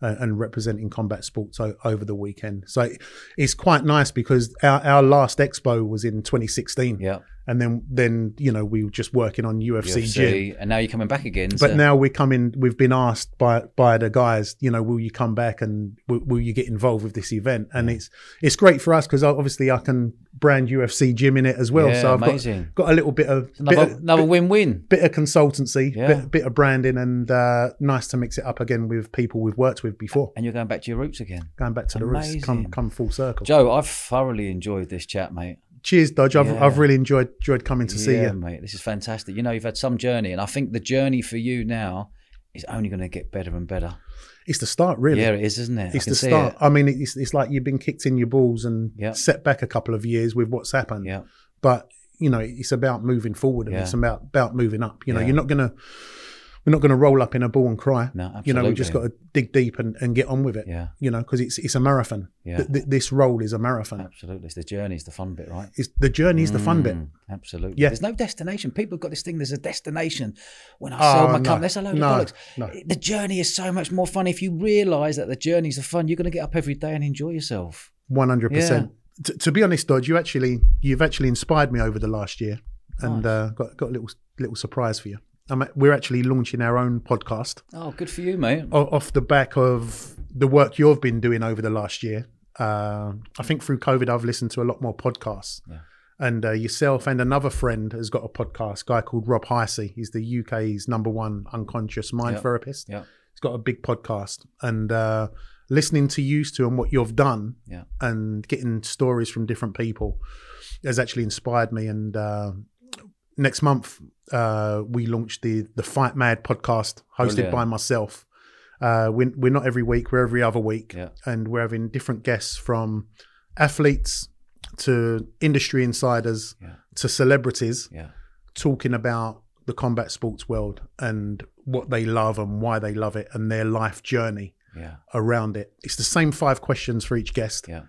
S2: uh, and representing combat sports o- over the weekend. So it's quite nice because our, our last expo was in 2016,
S1: yeah.
S2: and then then you know we were just working on UFC, gym.
S1: UFC, and now you're coming back again.
S2: But
S1: so-
S2: now we're coming. We've been asked by by the guys, you know, will you come back and will, will you get involved with this event? And it's it's great for us because obviously I can brand UFC gym in it as well.
S1: Yeah,
S2: so I've
S1: amazing.
S2: got got a little bit of bit
S1: another,
S2: of,
S1: another win-win.
S2: bit of consultancy,
S1: Yeah.
S2: bit, bit of branding, and uh, nice to mix it up again with people we've worked with before.
S1: And you're going back to your roots again.
S2: Going back to the roots, come
S1: Amazing.
S2: come full circle.
S1: Joe, I've thoroughly enjoyed this chat, mate.
S2: Cheers, Dodge. I've,
S1: Yeah.
S2: I've really enjoyed enjoyed coming to see
S1: yeah,
S2: you.
S1: mate. This is fantastic. You know, you've had some journey, and I think the journey for you now is only going to get better and better.
S2: It's the start, really.
S1: Yeah, it is, isn't it? I
S2: It's
S1: can
S2: the
S1: see
S2: start.
S1: it.
S2: I mean, it's, it's like you've been kicked in your balls and
S1: Yeah.
S2: set back a couple of years with what's happened.
S1: Yeah,
S2: But you know, it's about moving forward and
S1: Yeah.
S2: it's about about moving up. You know,
S1: Yeah.
S2: you're not gonna we're not gonna roll up in a ball and cry.
S1: No,
S2: You know, we just got
S1: absolutely.
S2: to dig deep and, and get on with it.
S1: yeah,
S2: You know, because it's it's a marathon.
S1: Yeah.
S2: Th- th- this role is a marathon.
S1: absolutely. It's the journey, it's the fun bit, right?
S2: It's the journey is the fun bit.
S1: Mm, Absolutely.
S2: Yeah.
S1: There's no destination. People have got this thing. There's a destination. When I
S2: Oh,
S1: sell my
S2: no.
S1: company, that's a load
S2: No,
S1: of bollocks.
S2: no.
S1: The journey is so much more fun. If you realise that the journeys are fun, you're going to get up every day and enjoy yourself.
S2: One hundred percent. To be honest, Dodge, you actually you've actually inspired me over the last year, and uh, got got a little little surprise for you. I'm, at- we're actually launching our own podcast
S1: Oh, good for you, mate.
S2: o- off the back of the work you've been doing over the last year. Uh, I think through COVID, I've listened to a lot more podcasts.
S1: Yeah.
S2: And uh, yourself and another friend has got a podcast. A guy called Rob Heisey. He's the UK's number one unconscious mind
S1: Yeah.
S2: therapist.
S1: Yeah.
S2: He's got a big podcast. And uh, listening to you two and what you've done
S1: Yeah.
S2: and getting stories from different people has actually inspired me. And uh, next month, uh, we launched the the Fight Mad podcast hosted
S1: Brilliant.
S2: by myself. Uh, we're, we're not every week, we're every other week.
S1: Yeah.
S2: And we're having different guests from athletes to industry insiders
S1: Yeah.
S2: to celebrities
S1: Yeah.
S2: talking about the combat sports world and what they love and why they love it and their life journey
S1: Yeah.
S2: around it. It's the same five questions for each guest.
S1: Yeah.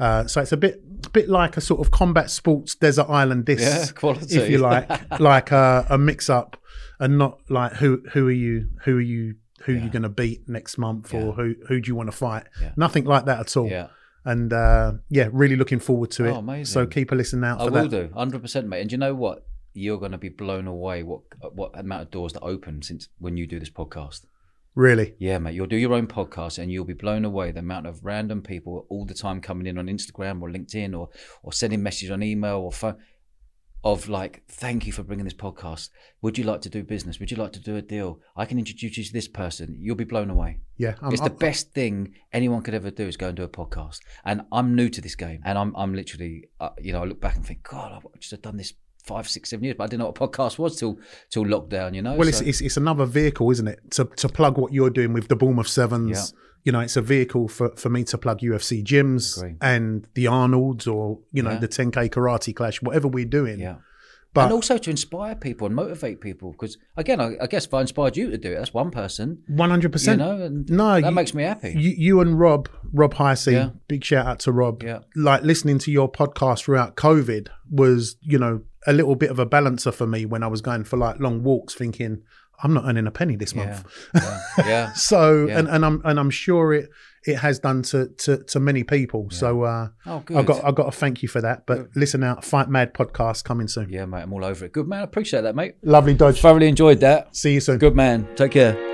S2: Uh, so it's a bit bit like a sort of combat sports desert island disc,
S1: Yeah, quality.
S2: if you like, like a, a mix up, and not like who who are you who are you who are you going to beat next month or who who do you want to fight?
S1: Yeah.
S2: Nothing like that at all.
S1: Yeah.
S2: And uh, yeah, really looking forward to it.
S1: Oh, amazing.
S2: So keep a listen out
S1: I
S2: for
S1: will
S2: that.
S1: do, hundred percent, mate. And you know what? You're going to be blown away. What what amount of doors that open since when you do this podcast?
S2: Really,
S1: Yeah, mate. You'll do your own podcast, and you'll be blown away the amount of random people all the time coming in on Instagram or LinkedIn or or sending messages on email or phone of like, thank you for bringing this podcast. Would you like to do business? Would you like to do a deal? I can introduce you to this person. You'll be blown away.
S2: yeah. I'm,
S1: it's the
S2: I'm-
S1: best thing anyone could ever do is go and do a podcast. And I'm new to this game, and I'm I'm literally, uh, you know, I look back and think, God, I should have done this five, six, seven years, but I didn't know what a podcast was till till lockdown. You know,
S2: Well, it's,
S1: So-
S2: it's it's another vehicle, isn't it, to to plug what you're doing with the Bournemouth Sevens. You know, it's a vehicle for, for me to plug UFC gyms
S1: Agree.
S2: and the Arnold's or you know
S1: Yeah.
S2: the 10k Karate Clash, whatever we're doing.
S1: yeah.
S2: But-
S1: and also to inspire people and motivate people, because again, I, I guess if I inspired you to do it, that's one person,
S2: One hundred
S1: you
S2: percent.
S1: know, and
S2: No,
S1: that
S2: you,
S1: makes me happy.
S2: you, you and Rob, Rob Heisey,
S1: Yeah.
S2: big shout out to Rob.
S1: Yeah.
S2: Like listening to your podcast throughout COVID was, you know, a little bit of a balancer for me when I was going for like long walks, thinking I'm not earning a penny this
S1: yeah,
S2: month.
S1: yeah, yeah.
S2: So,
S1: Yeah.
S2: and, and I'm and I'm sure it it has done to to, to many people. So, uh,
S1: Oh, good.
S2: I got I got to thank you for that. But listen out, Fight Mad podcast coming soon.
S1: yeah, mate. I'm all over it. Good man. I appreciate that, mate.
S2: Lovely dodge.
S1: Thoroughly enjoyed that.
S2: See you soon.
S1: Good man. Take care.